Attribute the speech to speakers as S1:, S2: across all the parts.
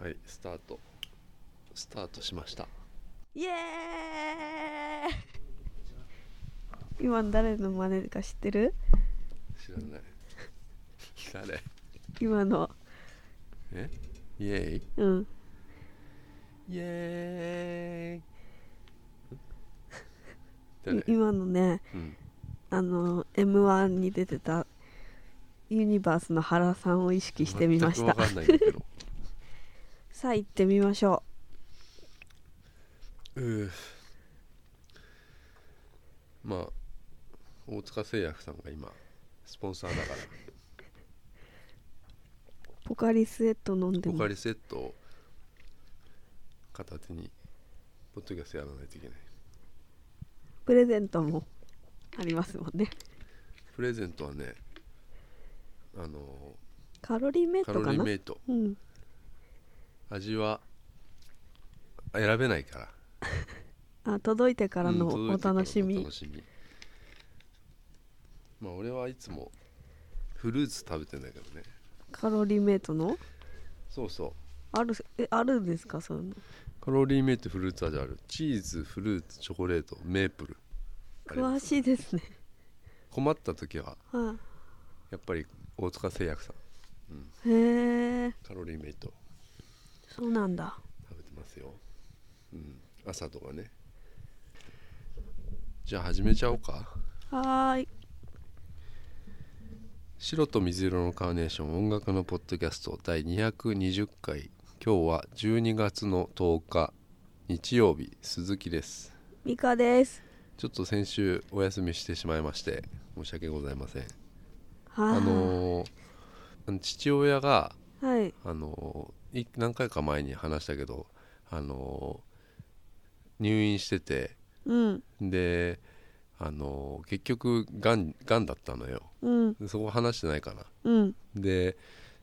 S1: はいスタートスタートしました
S2: イエーイ今の誰の真似か知ってる
S1: 知らない誰
S2: 今の
S1: えイエーイ
S2: うん
S1: イエーイ
S2: い
S1: 誰
S2: 今のね
S1: うん
S2: あの m 1に出てたユニバースの原さんを意識してみまし
S1: 全
S2: た
S1: くわかんないんだけど
S2: さあ行ってみましょ
S1: うーまあ大塚製薬さんが今スポンサーだから
S2: うポカリスエット飲んで
S1: ポ
S2: も
S1: カリセットを片手にポッドキャストやらないといけない
S2: プレゼントもありますもんね
S1: プレゼントはねあの
S2: カロリーメイ
S1: カ
S2: ト
S1: ロ
S2: か
S1: リー
S2: な
S1: メイト
S2: うん
S1: 味は選べないから
S2: あ届いてからの
S1: うん
S2: お楽しみ、
S1: 届いてからのお楽しみまあ俺はいつもフルーツ食べてんだけどね
S2: カロリーメイトの
S1: そうそう
S2: あるえあるんですかそういうの
S1: カロリーメイトフルーツ味あるチーズフルーツチョコレートメープルありま
S2: 詳しいですね
S1: 困った時は
S2: は
S1: やっぱり大塚製薬さん
S2: いへえ
S1: カロリーメイト
S2: そうなんだ
S1: 食べてますよ、うん、朝とかねじゃあ始めちゃおうか
S2: はーい
S1: 白と水色のカーネーション音楽のポッドキャスト第220回今日は12月の10日日曜日鈴木です
S2: ミカです
S1: ちょっと先週お休みしてしまいまして申し訳ございません
S2: は
S1: あ
S2: い、
S1: のー父親が
S2: はい
S1: あのーい何回か前に話したけどあのー入院してて
S2: うん
S1: であの結局がんがんだったのよ
S2: うん
S1: そこ話してないかな
S2: うん
S1: で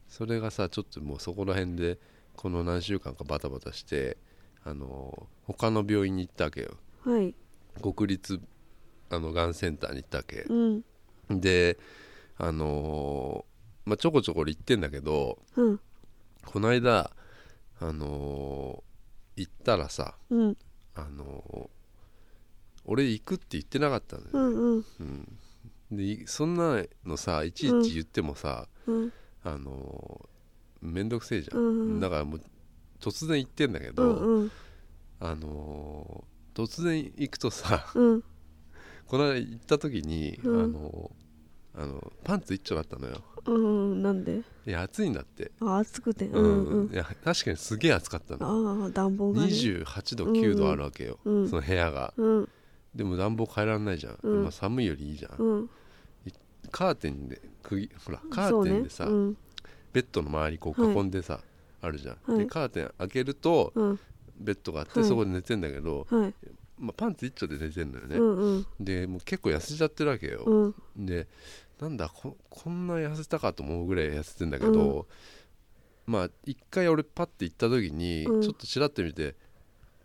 S1: それがさちょっともうそこら辺でこの何週間かバタバタしてあの他の病院に行ったわけよ
S2: はい
S1: 国立あのがんセンターに行ったわけ
S2: うん
S1: であのまあちょこちょこ俺行ってんだけど
S2: うん
S1: この間あの行ったらさ
S2: うん
S1: あの俺行くって言ってなかったのよ、
S2: うんうん
S1: うん、でいそんなのさいちいち言ってもさ、
S2: うん
S1: あのーめんどくせえじゃん、
S2: うんうん
S1: だからもう突然行ってんだけ
S2: う
S1: ど、
S2: んうん
S1: あのー突然行くとさ
S2: うん
S1: この間行った時に、
S2: うん
S1: あのーあのパンツ一丁だったのよ
S2: うんなんで
S1: いや暑いんだって、
S2: あ暑くてうんうん
S1: いや確かにすげえ暑かったの
S2: ああ暖房がね
S1: 28度9度あるわけよ、
S2: うん
S1: その部屋が
S2: うん
S1: でも暖房変えられないじゃん、
S2: うん
S1: まあ、寒いよりいいじゃん、
S2: うん
S1: カーテンで釘ほらカ
S2: そ
S1: ー
S2: う
S1: テ
S2: ね
S1: ンでさ、
S2: うん
S1: ベッドの周りこう囲んでさ、あるじゃん、
S2: は
S1: で
S2: い
S1: カーテン開けると
S2: うん
S1: ベッドがあって、
S2: はい
S1: そこで寝てんだけど、
S2: はい
S1: まあ、パンツ一丁で寝てんのよね、
S2: うんうん
S1: でもう結構痩せちゃってるわけよ、
S2: うん
S1: でなんだここんな痩せたかと思うぐらい痩せてんだけど、まあ一回俺パッて行った時に、
S2: うん
S1: ちょっとちらって見て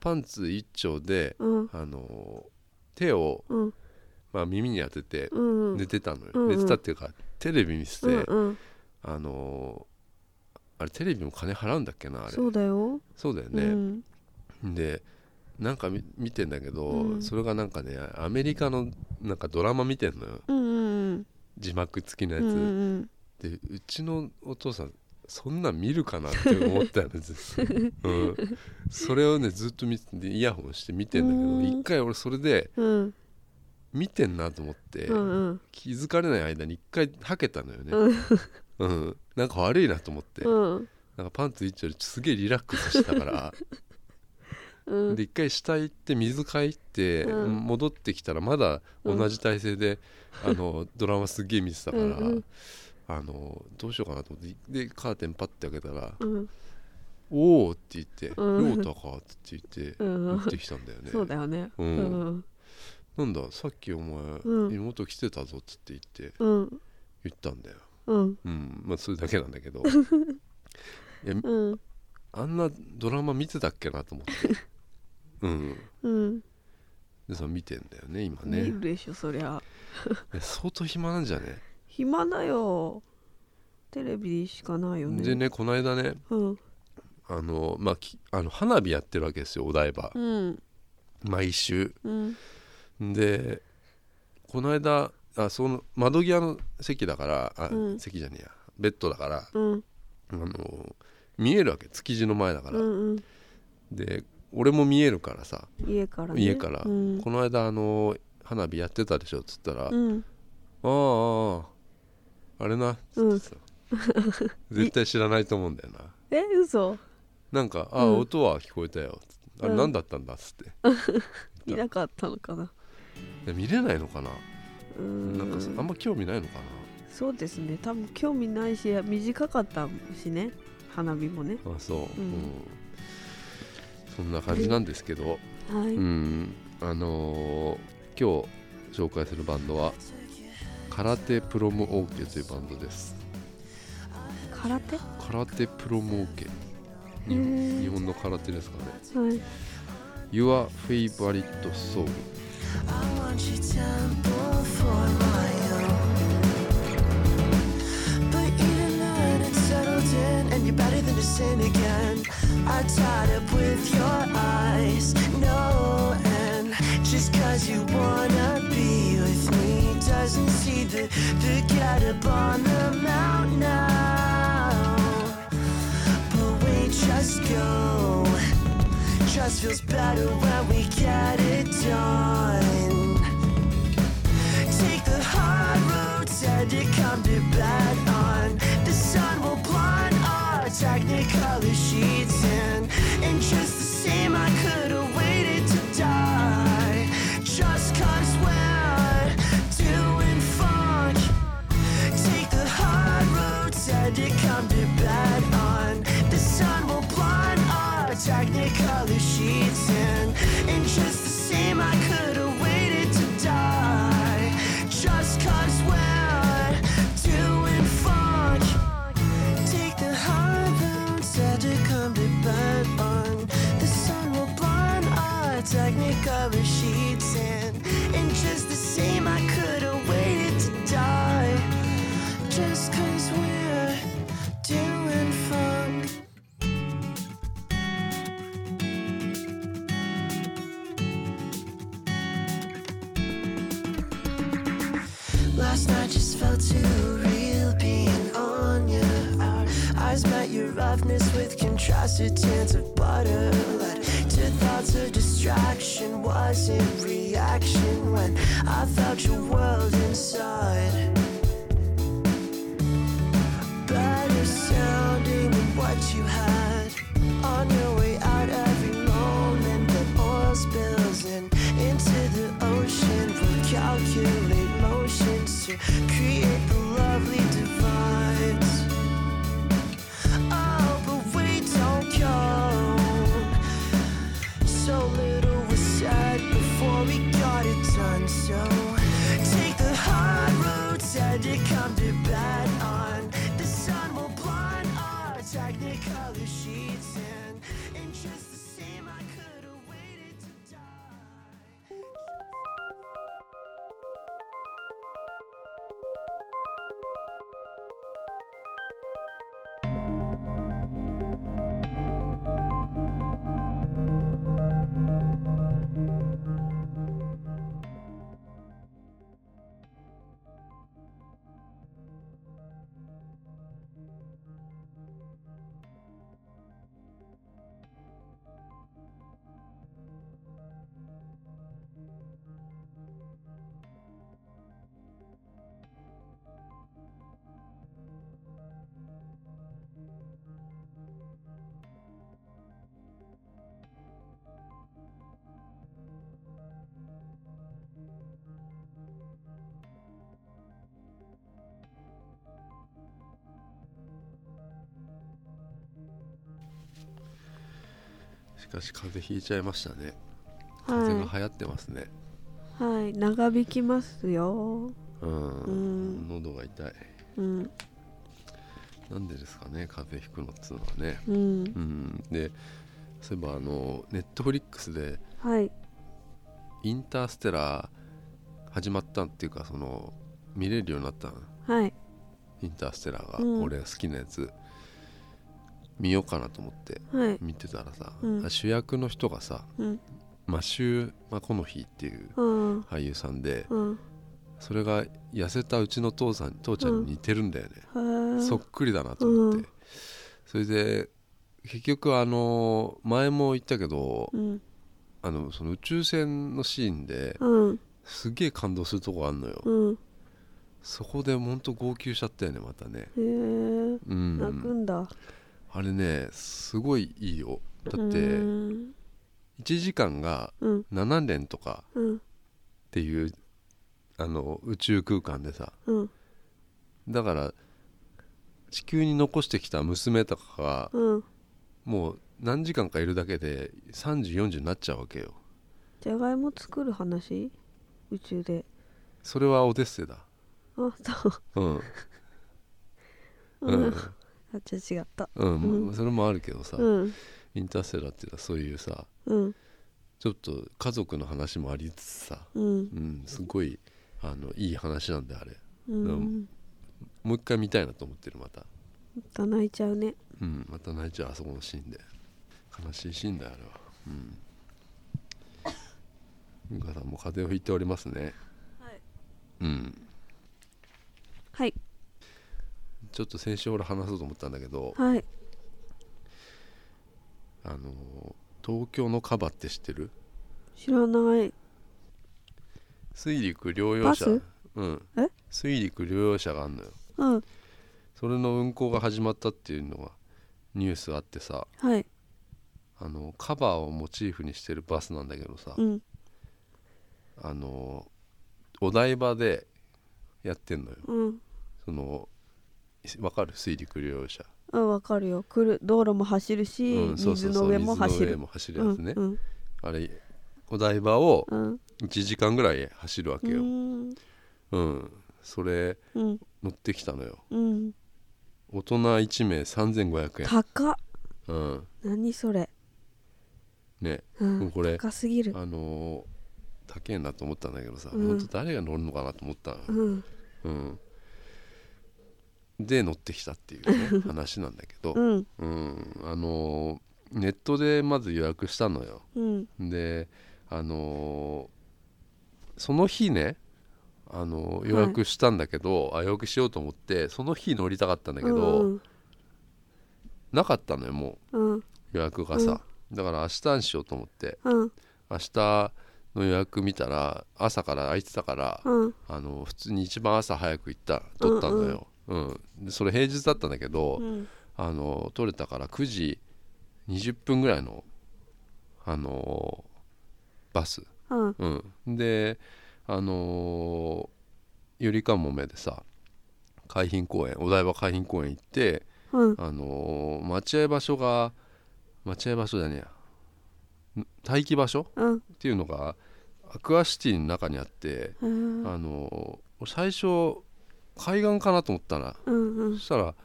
S1: パンツ一丁で、
S2: うん
S1: あのー手を、
S2: うん
S1: まあ、耳に当てて
S2: うん
S1: 寝てたのよ、
S2: うんうん
S1: 寝てたっていうかテレビ見せて、
S2: うんうん
S1: あのーあれテレビも金払うんだっけなあれ
S2: そうだよ
S1: そうだよ
S2: う
S1: ね、
S2: ん
S1: でなんかみ見てんだけど、
S2: うん
S1: それがなんかねアメリカのなんかドラマ見てんのよ
S2: うんうん
S1: 字幕付きの
S2: う
S1: や
S2: ん
S1: つ、
S2: うん
S1: でうちのお父さんそんなん見るかなって思ったよねず っと、うん、それをねずっと見ててイヤホンして見てんだけ
S2: う
S1: ど
S2: ん
S1: 一回俺それで
S2: うん
S1: 見てんなと思って、
S2: うんうん
S1: 気づかれない間に一回はけたのよね、うんなんか悪いなと思って、
S2: うん
S1: なんかパンツ一丁ですげえリラックスしたから
S2: うん
S1: で一回下行って水替えて、
S2: うん
S1: 戻ってきたらまだ同じ体勢で、あのドラマすげえ見てたから
S2: うんうん
S1: あのどうしようかなと思ってでカーテンパッて開けたら
S2: うん
S1: 「おお」って言って「
S2: うん
S1: 亮太か」って言って
S2: うん
S1: 行ってきたんだよね。
S2: そうだよね
S1: う
S2: うんん
S1: なんださっきお前、
S2: うん
S1: 妹来てたぞっつって言って
S2: うん
S1: 言ったんだ よ。
S2: うん
S1: うんまあそれだけなんだけど いや
S2: うん
S1: あんなドラマ見てたっけなと思って。うん
S2: うん
S1: でその見てんだよね今
S2: 見
S1: ね
S2: るでしょそりゃ
S1: え相当暇なんじゃね
S2: 暇だよテレビしかないよね
S1: でねこの間ね
S2: うん
S1: あの、まあ、きあの花火やってるわけですよお台場、
S2: うん
S1: 毎週
S2: うん
S1: でこの間あその窓際の席だからあ、
S2: うん
S1: 席じゃねえやベッドだから
S2: うん
S1: あの見えるわけ築地の前だから、
S2: うんうん
S1: で俺も見えるからさ、
S2: 家からね
S1: 家から、
S2: うん
S1: この間あの花火やってたでしょっつったら「あ
S2: うん
S1: ああああれな」っつってさ、 絶対知らないと思うんだよな
S2: え嘘
S1: なんか「ああ、
S2: うん
S1: 音は聞こえたよ」つってあれ
S2: うん
S1: 何だったんだ」っつって、
S2: いなかったのかな
S1: で見れないのかな、
S2: うーん
S1: なんかそあんま興味ないのかな
S2: そうですね多分興味ないし短かったしね花火もね
S1: あそう、う
S2: うんん
S1: そんな感じなんですけど、
S2: は
S1: う
S2: い、
S1: んあのー今日紹介するバンドは空手プロムオーケーというバンドです
S2: 空手は
S1: 空手プロモーケ日
S2: へ
S1: 本
S2: ー
S1: 日本の空手ですかね
S2: い
S1: Your Favorite Soul
S3: I want you temple for my own But even then it's settled in and you're better than a sin again I tied up with your eyes No and just cause you wanna be with me Doesn't see the the get up on the mountain now But wait just go Trust feels better when we get it done. Take the hard road, said to come to bed on. The sun will blind our technicolor sheets in. And just the same, I could have waited to die. Just cause we're doing funk. Take the hard road, said to come to bed on. The sun will blind our technicolor sheets in. And just the same, I could have waited to die. Just cause we're doing funk. Take the hard road, said to come to bed on. The sun will blind our technicolor sheets in. And just the same, I could have waited to die. Just cause we're doing funk. Last night just felt too real being on you. Our eyes met your roughness with contrasted tints of butter. Led to thoughts of distraction, wasn't reaction when I felt your world inside better sounding than what you had. On your way out every moment that oil spills in into the ocean. We'll calculate motions to create the lovely divides. Oh, but we don't go. So little was said before we got it done. So take the hard road, said to come to bed on. The sun will blind our technicolor sheets in. And just the same, I could have waited to die.
S1: しかし風邪ひいちゃいましたね風邪
S2: は
S1: が流行ってますね、
S2: い、はい、長引きますよ
S1: うん、
S2: うん
S1: 喉が痛い
S2: うん
S1: なんでですかね風邪ひくのっつうのはね
S2: うん
S1: うんでそういえばあのネットフリックスで
S2: はい
S1: 「インターステラー」始まったっていうかその見れるようになったの
S2: はい
S1: インターステラーが、
S2: うん
S1: 俺が好きなやつ見ようかなと思って
S2: はい
S1: 見てたらさ、
S2: うん
S1: 主役の人がさ
S2: うん
S1: マシュー・マコノヒーっていう
S2: うん
S1: 俳優さんで
S2: うん
S1: それが痩せたうちの父さん父ちゃんに似てるんだよね、
S2: はあ
S1: そっくりだなと思って、
S2: うん
S1: それで結局あの前も言ったけど、
S2: うん
S1: あのその宇宙船のシーンで
S2: うん
S1: すげえ感動するとこあんのよ、
S2: うん
S1: そこでほんと号泣しちゃったよねまたね
S2: へえ
S1: う
S2: 泣く
S1: ん
S2: んだ
S1: あれねすごいいいよだって1
S2: うん
S1: 時間が
S2: うん
S1: 7連とか
S2: うん
S1: っていうあの宇宙空間でさ
S2: うん
S1: だから地球に残してきた娘とかが
S2: うん
S1: もう何時間かいるだけで3040になっちゃうわけよ
S2: じゃがいも作る話宇宙で
S1: それはオデッセイだ
S2: あそう
S1: うんう
S2: うんんあじゃあ違った
S1: うん、
S2: うん
S1: まあそれもあるけどさ、
S2: うん
S1: インターステラーっていうのはそういうさ
S2: うん
S1: ちょっと家族の話もありつつさ
S2: うん
S1: うんすごいあのいい話なんだよあれ
S2: うん
S1: もう一回見たいなと思ってるまた
S2: また泣いちゃうね
S1: うんまた泣いちゃうあそこのシーンで悲しいシーンだよあれはうん文化さんも風邪をひいておりますね
S2: はい
S1: うん
S2: はい
S1: ちょっと先週俺話そうと思ったんだけど、
S2: はい
S1: あの東京のカバって知ってる
S2: 知らない
S1: 水陸両用車
S2: バス
S1: うん
S2: え
S1: 水陸両用車があんのよ
S2: うん
S1: それの運行が始まったっていうのがニュースあってさ
S2: はい
S1: あのカバーをモチーフにしてるバスなんだけどさ、
S2: うん
S1: あのお台場でやってんのよ
S2: うん
S1: そのわかる水陸両用車、
S2: うんわかるよ来る道路も走るし、
S1: うんそうそ
S2: 水
S1: うそ
S2: の
S1: う
S2: 上も走
S1: 水の上
S2: る
S1: も走るやつね、
S2: うん
S1: あれお台場を
S2: うんうん
S1: 1時間ぐらい走るわ
S2: う
S1: けよ、うん
S2: ん
S1: それ
S2: うん
S1: 乗ってきたのよ
S2: うん
S1: 大人1名3500円
S2: 高っ
S1: うん
S2: 何それ
S1: ね
S2: う
S1: もうんこれ
S2: 高すぎる
S1: あのー高えなと思ったんだけどさ、
S2: うん
S1: 本当誰が乗るのかなと思ったのよ
S2: うん
S1: うん、で乗ってきたって いう、ね、話なんだけど、
S2: うん
S1: うん、あのーネットでまず予約したのよ
S2: うん
S1: であのーその日ねあのー予約したんだけど、あ予約しようと思ってその日乗りたかったんだけど、
S2: うん
S1: なかったのよも
S2: うん
S1: う予約がさ、だから明日にしようと思って
S2: うん
S1: 明日の予約見たら朝から空いてたから、
S2: うん
S1: あの普通に一番朝早く行った取ったのよ、うんでそれ平日だったんだけど、
S2: うん
S1: あの取れたから9時20分ぐらいのあのーバス、
S2: うん
S1: うん、であのーゆりかもめでさ海浜公園お台場海浜公園行って
S2: うん
S1: あのー待合場所が待合場所じゃねえやん待機場所
S2: うん
S1: っていうのがアクアシティの中にあって、
S2: うん
S1: あのー最初海岸かなと思ったら、
S2: うん
S1: そしたら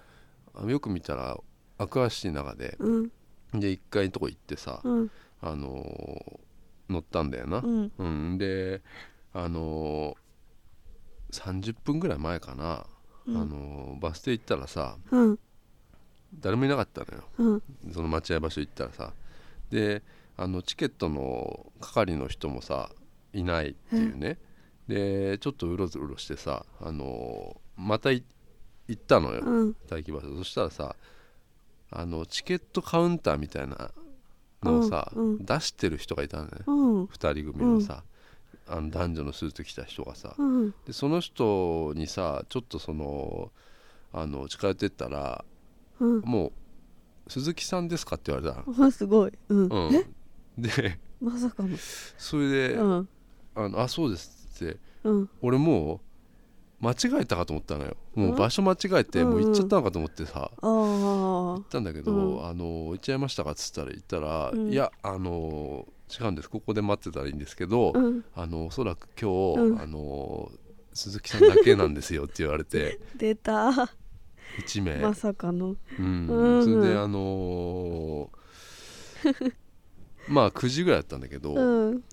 S1: あよく見たらアクアシティの中で
S2: うん
S1: で1階のとこ行ってさ、
S2: うん
S1: あのー乗ったんだよな、
S2: うん
S1: うん、であのー30分ぐらい前かな、
S2: うん
S1: あのーバス停行ったらさ
S2: うん
S1: 誰もいなかったのよ
S2: うん
S1: その待合場所行ったらさであのチケットの係の人もさいないっていうね、でちょっとうろうろしてさ、あのーまたい行ったのよ、
S2: うん
S1: 待機場所そしたらさあのチケットカウンターみたいなのをさ、
S2: うんうん
S1: 出してる人がいたのね、
S2: うん
S1: 2人組のさ、あの男女のスーツ着た人がさ、
S2: うん
S1: でその人にさちょっとそのあの近寄ってったら
S2: うん
S1: もう「鈴木さんですか?」って言われたの
S2: あすごいうんえ
S1: うん、で
S2: まさかの
S1: それで「
S2: うん
S1: あのあそうです」って
S2: うん
S1: 俺もう間違えたかと思ったのよもう場所間違えて、
S2: うん
S1: もう行っちゃったのかと思ってさ、
S2: ああ
S1: 行ったんだけど、
S2: うん
S1: あの行っちゃいましたかっつったら行ったら、
S2: うん
S1: いやあの違うんですここで待ってたらいいんですけど、
S2: うん
S1: あのおそらく今日、
S2: うん
S1: あの鈴木さんだけなんですよって言われ て
S2: 出た
S1: 1名、
S2: まさかの
S1: うん
S2: うん
S1: それであの ーまあ9時ぐらいだったんだけど、
S2: うん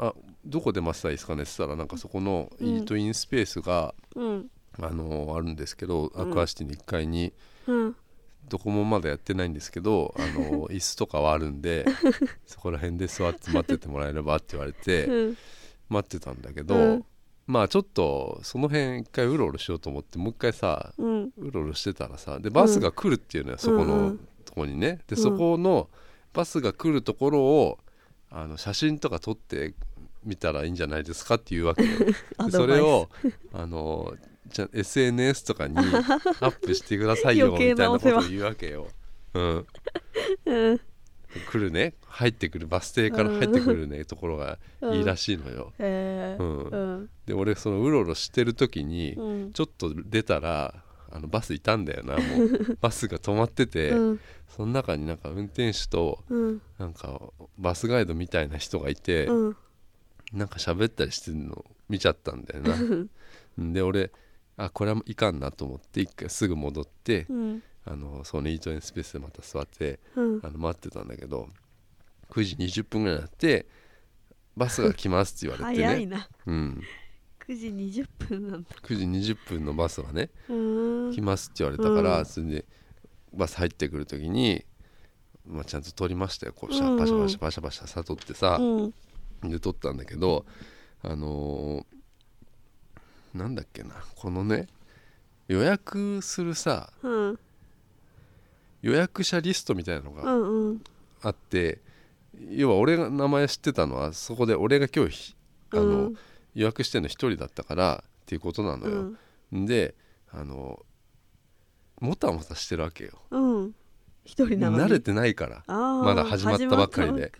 S1: あどこで待ってたらいいですかねって言ったらなんかそこのイートインスペースが、
S2: うん
S1: あのーあるんですけどアクアシティの1階に、
S2: うん
S1: どこもまだやってないんですけどあ の椅子とかはあるんでそこら辺で座って待っててもらえればって言われて
S2: うん
S1: 待ってたんだけど、
S2: うん
S1: まあちょっとその辺一回うろうろしようと思ってもう一回さ
S2: うん
S1: うろうろしてたらさでバスが来るっていうのよ、そこ
S2: うんう
S1: の
S2: ん
S1: とこにねで
S2: うん
S1: そこのバスが来るところをあの写真とか撮ってみたらいいんじゃないですかっていうわけよ でそれをあのじゃ SNS と かにアップしてくださいよみた
S2: 余計
S1: い
S2: な
S1: な
S2: お
S1: こ
S2: 世
S1: と
S2: 話
S1: を言うわけよ。うん、
S2: うん
S1: 来るね入ってくるバス停から入ってくるねところがいいらしいのよ。
S2: へ
S1: う
S2: え
S1: ん
S2: うん
S1: で俺そのうろうろしてる時に、
S2: うん
S1: ちょっと出たらあのバスいたんだよなも うバスが止まってて、
S2: うん
S1: その中になんか運転手と
S2: うん
S1: なんかバスガイドみたいな人がいて、
S2: うん
S1: なんか喋ったりしてるの見ちゃったんだよ なで俺あこれはいかんなと思って一回すぐ戻って、
S2: うん
S1: あのそのイートインスペースでまた座って
S2: うん
S1: あの待ってたんだけど9時20分ぐらいになってバスが来ますって言われてね
S2: 早いな
S1: うん、
S2: 9時20分なんだ
S1: 9時20分のバスがね
S2: うーん
S1: 来ますって言われたから、
S2: うん
S1: それでバス入ってくる時に、まあ、ちゃんと撮りましたよこうシ
S2: うん
S1: ャ
S2: うん
S1: バシャバシャバシャバシャさ撮ってさ、
S2: うん
S1: で撮ったんだけどあのーなんだっけなこのね予約するさ
S2: うん
S1: 予約者リストみたいなの
S2: う
S1: が
S2: んうん
S1: あって、要は俺が名前知ってたのはそこで俺が今日ひあの、
S2: うん
S1: 予約してんの一人だったからっていうことなのよ。であのもたもたしてるわけよ。
S2: うんうん一人なのに
S1: 慣れてないから
S2: ま
S1: まだ始まったばっかりで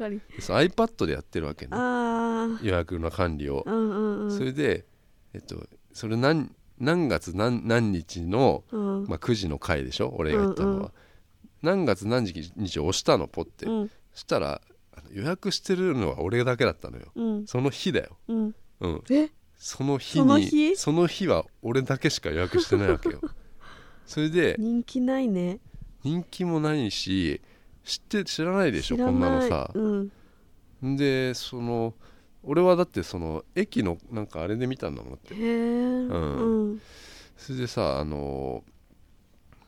S1: そう iPad でやってるわけね
S2: あ
S1: 予約の管理を
S2: あ、うんうんうん
S1: それで、えっと、それ何何月何何日の、
S2: うん
S1: まあ、9時の回でしょ俺が言ったのは、
S2: うんうん
S1: 何月何日を押したのポって、
S2: うん
S1: そしたらあの予約してるのは俺だけだったのよ
S2: うん
S1: その日だよ、
S2: うん
S1: うん、
S2: え
S1: その日に
S2: その日
S1: その日は俺だけしか予約してないわ けよそれで
S2: 人気ないね
S1: 人気もないし知って知らないでしょ
S2: 知ら
S1: こんなの
S2: い
S1: さ、
S2: うん
S1: でその俺はだってその駅のなんかあれで見たんだもんって
S2: へえ
S1: ん
S2: うん
S1: それでさあの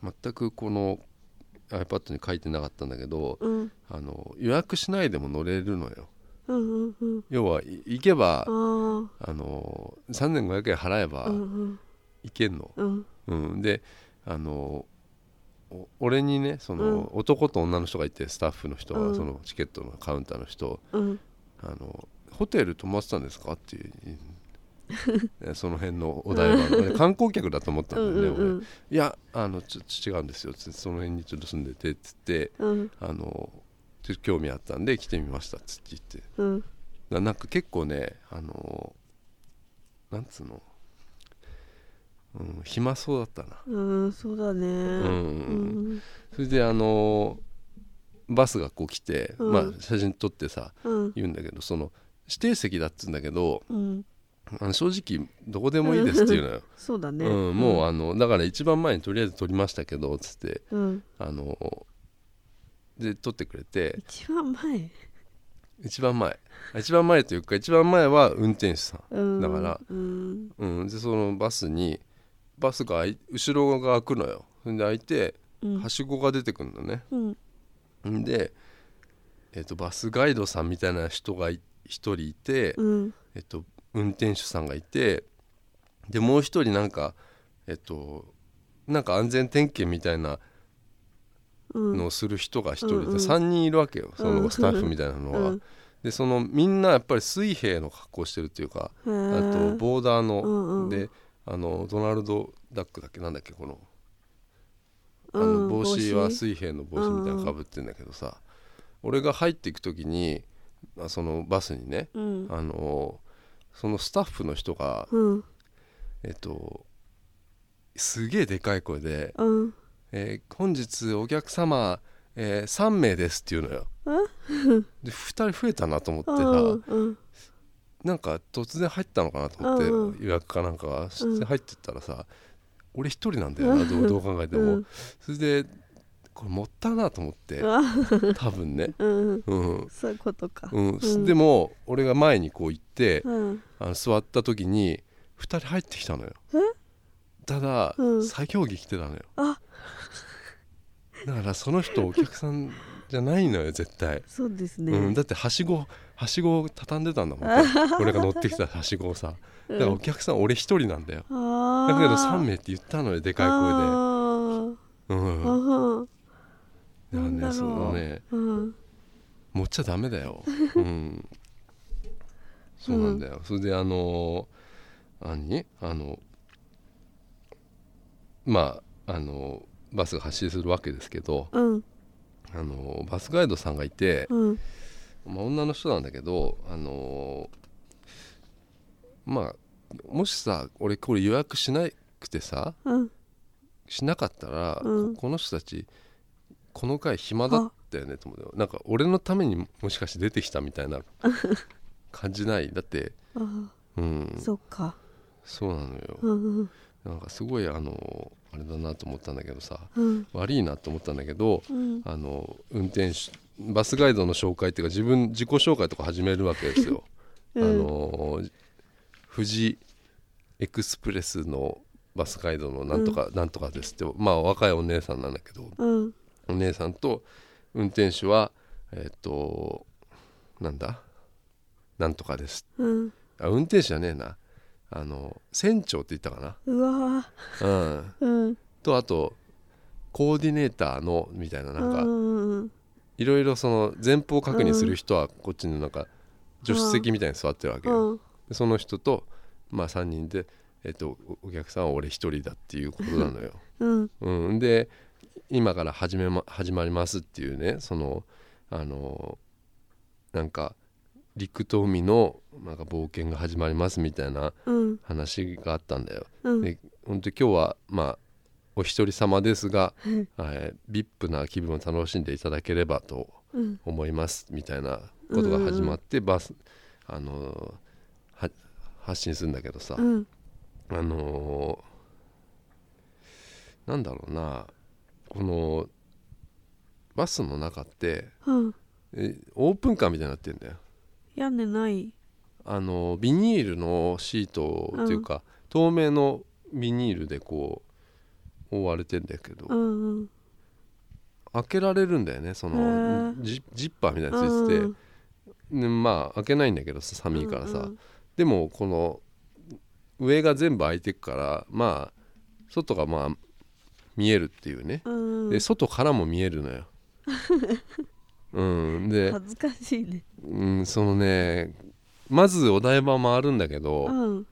S1: 全くこの iPad に書いてなかったんだけど
S2: うん
S1: あの予約しないでも乗れるのよ
S2: うんうんうん
S1: 要はい行けば
S2: あ
S1: あの3500円払え
S2: あ
S1: ば
S2: うんうん
S1: 行けんの、
S2: うん
S1: うん、であのお俺にねその、男と女の人がいてスタッフの人が、
S2: うん
S1: そのチケットのカウンターの人
S2: うん
S1: あのホテル泊まってたんですかっていう その辺のお台場の 俺観光客だと思った
S2: うんん
S1: だ
S2: う
S1: よね、
S2: ん
S1: 俺いやあのちょちょ違うんですよつってその辺にちょっと住んでてっつって
S2: うん
S1: あのちょっと興味あったんで来てみましたっつって言ってだか
S2: うん
S1: らなんか結構ねあのなんつうの、うん、暇そうだったな
S2: うんそうだねうん
S1: それであのバスがこう来て、
S2: うん
S1: まあ写真撮ってさ
S2: うん
S1: 言うんだけどその指定席だっつうんだけど、
S2: うん
S1: あの正直どこでもいいですっていうのよ、
S2: そうだ ね
S1: うん、もうあのだから一番前にとりあえず撮りましたけどつって
S2: うん
S1: あので撮ってくれて
S2: 一番前
S1: 一番前あ一番前というか一番前は運転手さん、
S2: うん
S1: だから
S2: うん
S1: うん、でそのバスにバスが開い後ろが開くのよそれで開いて
S2: うん
S1: はしごが出てくるのね、
S2: うん
S1: ん、で、えっとバスガイドさんみたいな人がい一人いて、
S2: うん
S1: えっと、運転手さんがいてでもう一人なんかえっとなんか安全点検みたいな
S2: うん
S1: のをする人が一人で、
S2: うんうん
S1: 3人いるわけよそ
S2: うん
S1: のスタッフみたいなのは。
S2: うん
S1: でそのみんなやっぱり水兵の格好してるっていうか
S2: へ
S1: あ
S2: ー
S1: とボーダーの、
S2: うんうん
S1: であのドナルド・ダックだっけなんだっけこのあ
S2: う
S1: の
S2: ん
S1: 帽子は水兵の帽子みたいなのかぶってんだけどさ、俺が入っていく時にあそのバスにね、
S2: うん
S1: あのそのスタッフの人が
S2: うん
S1: えっとすげえでかい声で
S2: うん
S1: 「えー本日お客様、え3名です」って言うのよ。で2人増えたなと思ってさ
S2: うん
S1: なんか突然入ったのかなと思って、
S2: うん
S1: 予約かなんかが
S2: う
S1: 突
S2: ん
S1: 然入ってったらさ、俺1人なんだよなどうどう考えても、
S2: うん
S1: それでこれもったいなと思って
S2: わ
S1: 多分ね、
S2: うん
S1: うん
S2: そういうことか
S1: うん
S2: うん
S1: でも俺が前にこう行って、
S2: うん
S1: あの座った時に2人入ってきたのよ
S2: え
S1: ただ、
S2: うん
S1: 作業着着てたのよ
S2: あ
S1: だからその人お客さんじゃないのよ絶対、
S2: そうです
S1: う
S2: ね
S1: ん、だってはしごはしごを畳んでたんだもん俺が乗ってきたはしごをさだからお客さん俺一人なんだよ
S2: あ
S1: だけど3
S2: 三
S1: 名って言ったのよで
S2: あ
S1: かい声
S2: ー
S1: で、うん、
S2: あ
S1: だか
S2: は
S1: ら
S2: なん
S1: ね
S2: だろう
S1: そのね
S2: うん
S1: 持っちゃダメだよ、うん、そうなんだよ、それであの何あのまああのバスが発進するわけですけど
S2: うん
S1: あのバスガイドさんがいて、
S2: うん
S1: まあ、女の人なんだけどあのまあもしさ俺これ予約しなくてさ
S2: うん
S1: しなかったら、
S2: うん
S1: ここの人たちこの回暇だったよねと思ってなんか俺のためにもしかして出てきたみたいな感じないだって
S2: あ
S1: うん
S2: あ
S1: そう
S2: そうか
S1: なのよ、
S2: うんうん
S1: なんかすごいあのあれだなと思ったんだけどさ
S2: うん
S1: 悪いなと思ったんだけど
S2: うん
S1: あの運転手バスガイドの紹介っていうか自分自己紹介とか始めるわけですよ。
S2: うん
S1: あの富士エクスプレスのバスガイドのなんとか、なんとかですってまあ若いお姉さんなんだけど
S2: うん
S1: お姉さんと運転手はえっ、となんだなんとかです
S2: うん
S1: あ運転手じゃねえなあの船長って言ったか
S2: うわ
S1: な、うん、
S2: ーうん
S1: とあとコーディネーターのみたいななんか、
S2: うんうん
S1: いろいろその前方確認する人はこっちのなんか助手席みたいに座ってるわけ
S2: う
S1: よ、
S2: ん
S1: でその人と、まあ、3人で、えっと、おお客さんは俺一人だっていうことなの よ。
S2: うん
S1: うん、で今から始め、ま、始まりますっていうねそのあのなんか陸と海のなんか冒険が始まりますみたいな
S2: うん
S1: 話があったんだよ。
S2: うん
S1: で本当に今日はまあお一人様ですが、えー、VIP な気分を楽しんでいただければと
S2: うん
S1: 思いますみたいなことが始まってバス、あのーは発信するんだけどさ、
S2: うん
S1: あのーなんだろうなこのバスの中って
S2: うん
S1: えオープンカーみたいになってんだよ
S2: 屋根ない
S1: あのビニールのシートっていうか、透明のビニールでこう覆われてんだけど、
S2: うんうん
S1: 開けられるんだよねそ
S2: へ
S1: の
S2: ー
S1: ジジッパーみたいな
S2: う
S1: のついてて
S2: ん、
S1: でまあ開けないんだけどさ寒いからさ、
S2: うんうん
S1: でもこの上が全部開いてくからまあ外がまあ見えるっていうね、
S2: うんうん
S1: で外からも見えるの ようんで、
S2: 恥ずかしいね
S1: うん、そのねまずお台場回るんだけど、
S2: うん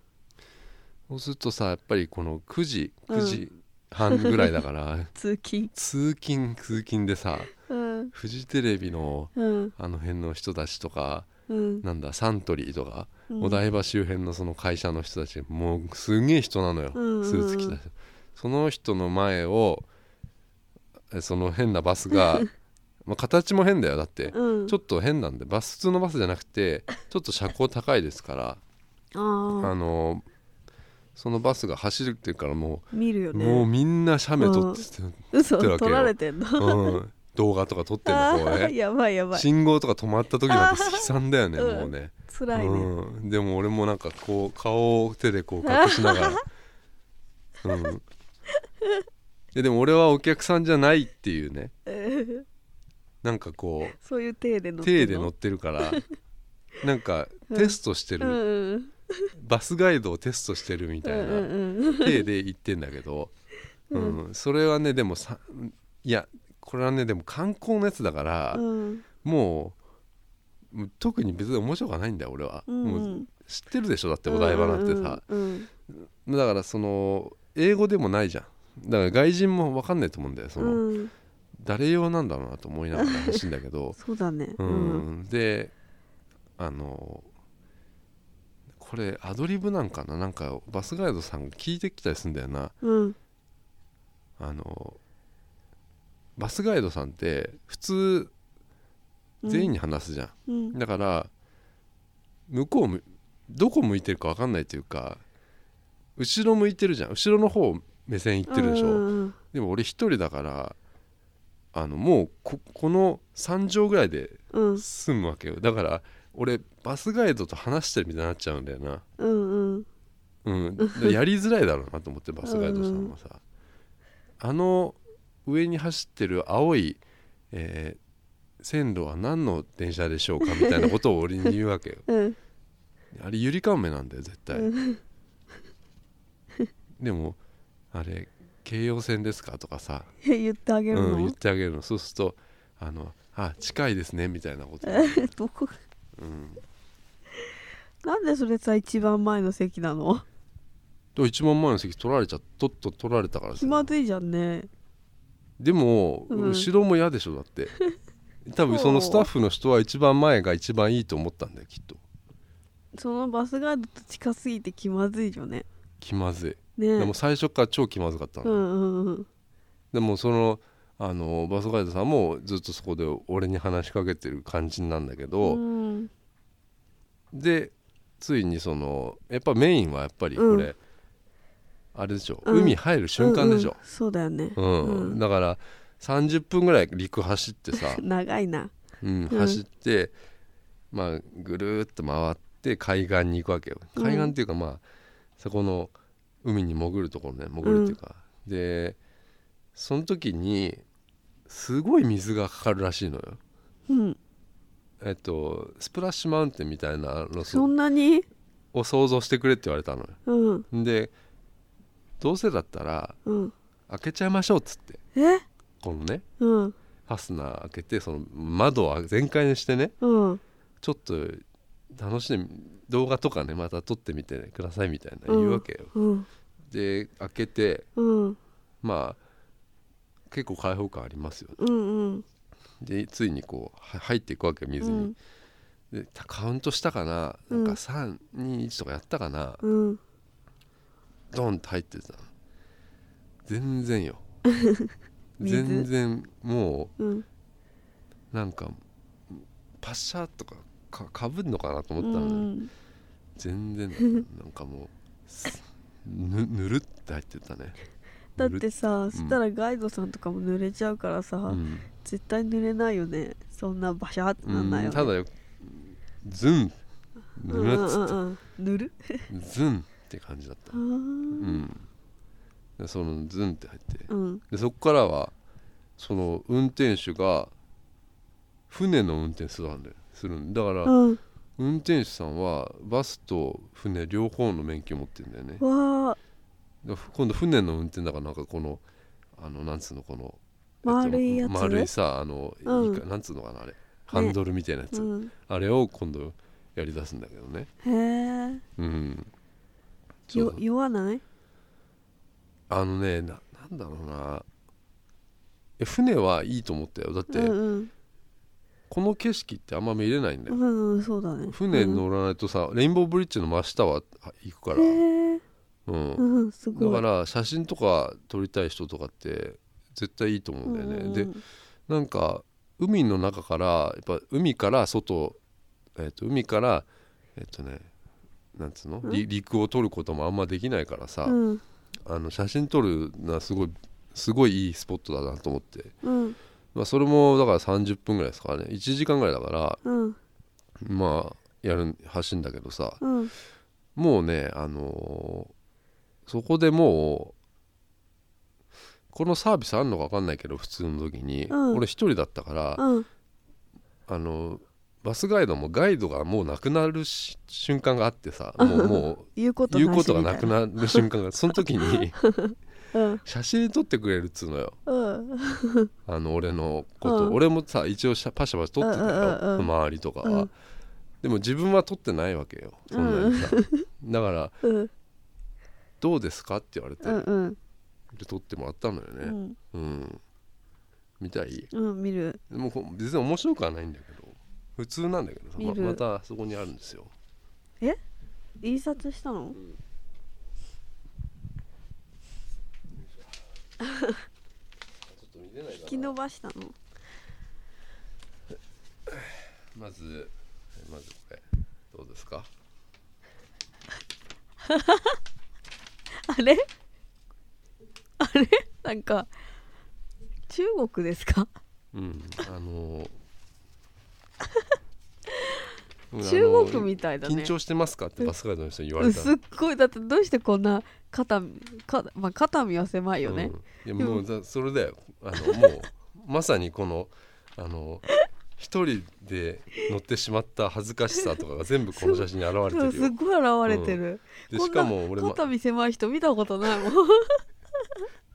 S1: そうするとさやっぱりこの9時
S2: うん
S1: 9時半ぐらいだ から、
S2: 通勤
S1: 通勤通勤でさ
S2: うん
S1: フジテレビの
S2: うん
S1: あの辺の人たちとか
S2: うん
S1: なんだサントリーとか、
S2: うん
S1: お台場周辺のその会社の人たちもうすげえ人なのよ、
S2: うんうんうん
S1: スーツ着た人その人の前をえその変なバス がまあ形も変だよだって、
S2: うん
S1: ちょっと変なんでバス普通のバスじゃなくてちょっと車高高いですからあ
S2: ああ
S1: のそのバスが走るっていうからも
S2: 見るよ
S1: う、
S2: ね
S1: もうみんな写メ撮ってて、
S2: 嘘
S1: ってわけよ
S2: 取られてんの
S1: うん、動画とか撮ってん
S2: あ
S1: のこう
S2: ー
S1: ね
S2: やばいやばい
S1: 信号とか止まった時なんて悲惨だよね
S2: あー
S1: もうね。
S2: 辛いね
S1: うん、でも俺もなんかこう顔を手でこう隠しながら、うん、ででも俺はお客さんじゃないっていうね
S2: うん
S1: なんかこ
S2: そういう体で乗
S1: う
S2: って
S1: 手
S2: ん
S1: で乗
S2: の
S1: ってるからなんかテストして
S2: う
S1: る、
S2: んうん
S1: バスガイドをテストしてるみ
S2: う
S1: たい
S2: ん
S1: な
S2: うん
S1: 手で言ってんだけ ど、うんそれはねでもさいやこれはねでも観光のやつだから、
S2: うん
S1: もうもう特に別に面白くはないんだよ俺は、
S2: うんうん
S1: もう知ってるでしょだってお台場なんてさ、
S2: うん
S1: だからその英語でもないじゃんだから外人も分かんないと思うんだよそ
S2: うん
S1: の、
S2: うん
S1: 誰用なんだろうなと思いながら話しいんだけど
S2: そうだね
S1: う、
S2: うんん
S1: であのこれアドリブなんかななんかバスガイドさんが聞いてきたりするんだよな
S2: うん
S1: あのバスガイドさんって普通全員に話すじゃん、
S2: うん
S1: だから向こうむどこ向いてるか分かんないというか後ろ向いてるじゃん後ろの方目線いってるでしょ、
S2: うん
S1: でも俺一人だからあのもうここの3畳ぐらいで
S2: うんうん
S1: 済むわけよだから俺バスガイドと話してるみたいになっちゃうんだよな、
S2: うんうん
S1: うん、だからやりづらいだろうなと思ってバスガイドさんもさあの上に走ってる青い、えー線路は何の電車でしょうかみたいなことを俺に言う わけよ
S2: うん
S1: あれゆりかんめなんだよ絶対
S2: う
S1: でもあれ京葉線ですかとかさ、
S2: 言ってあげる
S1: うん、言っ
S2: の
S1: てあげるのそうするとあのあ近いですねみたいな こと、
S2: どこ
S1: うん、
S2: なんでそれさ一番前の席なの
S1: と一番前の席取られちゃとっと取られたからさ
S2: 気まずいじゃんね
S1: でも、
S2: うん
S1: 後ろも嫌でしょだって 多分そのスタッフの人は一番前が一番いいと思ったんだよきっと
S2: そのバスガイドと近すぎて気まずいよね
S1: 気まずい、
S2: ね
S1: でも最初から超気まずかった
S2: う
S1: の、
S2: んうんうん
S1: でもそのあのバスガイドさんもずっとそこで俺に話しかけてる感じなんだけど、
S2: うん
S1: でついにそのやっぱメインはやっぱりこれ、
S2: う
S1: あれでしょ、
S2: うん
S1: 海入る瞬間でしょ
S2: うんうん、そうだよね
S1: うん
S2: うん
S1: だから30分ぐらい陸走ってさ、
S2: 長いな
S1: うん、
S2: うん
S1: 走って、まあぐるーっと回って海岸に行くわけよ
S2: うん
S1: 海岸っていうかまあ、そこの海に潜るところね潜るっていうか、でその時にすごい水がかかるらしいのよ
S2: うん
S1: えっとスプラッシュマウンテンみたいなの
S2: そんなに
S1: を想像してくれって言われたのよ
S2: うん
S1: でどうせだったら
S2: うん
S1: 開けちゃいましょうっつって
S2: え
S1: このね
S2: うん
S1: ファスナー開けてその窓を全開にしてね
S2: うん
S1: ちょっと楽しんで動画とかねまた撮ってみてくださいみたいな言うわけよ、
S2: うん
S1: で開けて
S2: うん
S1: まあ結構開放感ありますよ
S2: うんうん
S1: でついにこうは入っていくわけ水に、でたカウントしたかななんか
S2: うん
S1: 321とかやったかな、
S2: うん
S1: ドンって入ってたの全然よ
S2: 水
S1: 全然も
S2: うん
S1: うなんかパッシャーとかかかぶんのかなと
S2: う
S1: 思ったのに、
S2: ん
S1: 全然だったなんかもうすぬぬるって入ってたね
S2: だっ
S1: ぬる
S2: てさそしたらガイドさんとかも濡れちゃうからさ、
S1: うん
S2: 絶対濡れないよねそんなバシャーってなんないよ、
S1: う
S2: ね
S1: んただよズンぬるっつって
S2: うん塗る
S1: ズンって感じだった
S2: う
S1: うんんでそのズンって入って
S2: うん
S1: でそこからはその運転手が船の運転するんだよするんだから、
S2: うん
S1: 運転手さんはバスと船両方の免許持ってるんだよね
S2: わあ
S1: だから今度船の運転だからなんかこのあのなんつうのこの
S2: 丸いや
S1: え
S2: つ
S1: っと丸いさあの、
S2: うん
S1: いいかなんつうのかなあれハンドルみたいなやつ、
S2: うん
S1: あれを今度やりだすんだけどね
S2: へえ
S1: うんそう
S2: よ酔わない
S1: あのねななんだろうなえ船はいいと思ったよだって、
S2: うんうん
S1: この景色ってあんま見れないんだ
S2: う
S1: よ、
S2: んうんそうだね
S1: 船乗らないとさレインボーブリッジの真下はあ行くか、
S2: からへえ
S1: うん
S2: うんすごい
S1: だから写真とか撮りたい人とかって絶対いいと思うんだよね、でなんか海の中からやっぱ海から外、えっと海からえっ、とねなんつうの、
S2: うん
S1: り陸を撮ることもあんまできないからさ、
S2: うん
S1: あの写真撮るのはすごいすごいいいスポットだなと思って、
S2: うん
S1: まあ、それもだから30分ぐらいですからね1時間ぐらいだから
S2: うん
S1: まあやる走るんだけどさ
S2: うん
S1: もうねあのーそこでもうこのサービスあんのか分かんないけど普通の時に、
S2: うん
S1: 俺一人だったから、
S2: うん
S1: あのバスガイドもガイドがもうなくなるし瞬間があってさもうも
S2: 言うこ
S1: う
S2: と
S1: 言うことがなく
S2: る
S1: なる瞬間がその時に
S2: うん
S1: 写真撮ってくれるっつうのよ
S2: うん
S1: あの俺のこと、
S2: うん
S1: 俺もさ一応シャパシャパシ撮ってたよ、
S2: うんうんうん
S1: 周りとかは、
S2: うん
S1: でも自分は撮ってないわけよそんなにさ、だから
S2: うん
S1: 「どうですか?」って言われて、
S2: うんうん
S1: で撮ってもらったのよ
S2: う
S1: ね
S2: ん
S1: うん、みたい
S2: うん見る
S1: でもこう別に面白くはないんだけど普通なんだけどさま
S2: 見る
S1: またそこにあるんですよ
S2: 印刷したの
S1: ちょっと見れないか
S2: 引き伸ばしたの
S1: まずまずこれどうですか
S2: あれあれなんか中 国ですか
S1: うんあのーうん
S2: 中国
S1: あの
S2: みたいだね
S1: 緊張してますかってバスガイドの人に言わ
S2: う
S1: れ
S2: ん
S1: た
S2: すっごいだってどうしてこんな肩か、まあ、肩身は狭いよね、
S1: うん、いやもうだそれだよあのもうまさにこのあの一人で乗ってしまった恥ずかしさとかが全部この写真に表
S2: そう
S1: れてる
S2: すっ
S1: よ
S2: ごい現れてる、
S1: で
S2: こ
S1: し
S2: ん
S1: かも俺
S2: な
S1: も
S2: 肩身狭い人見たことないもん、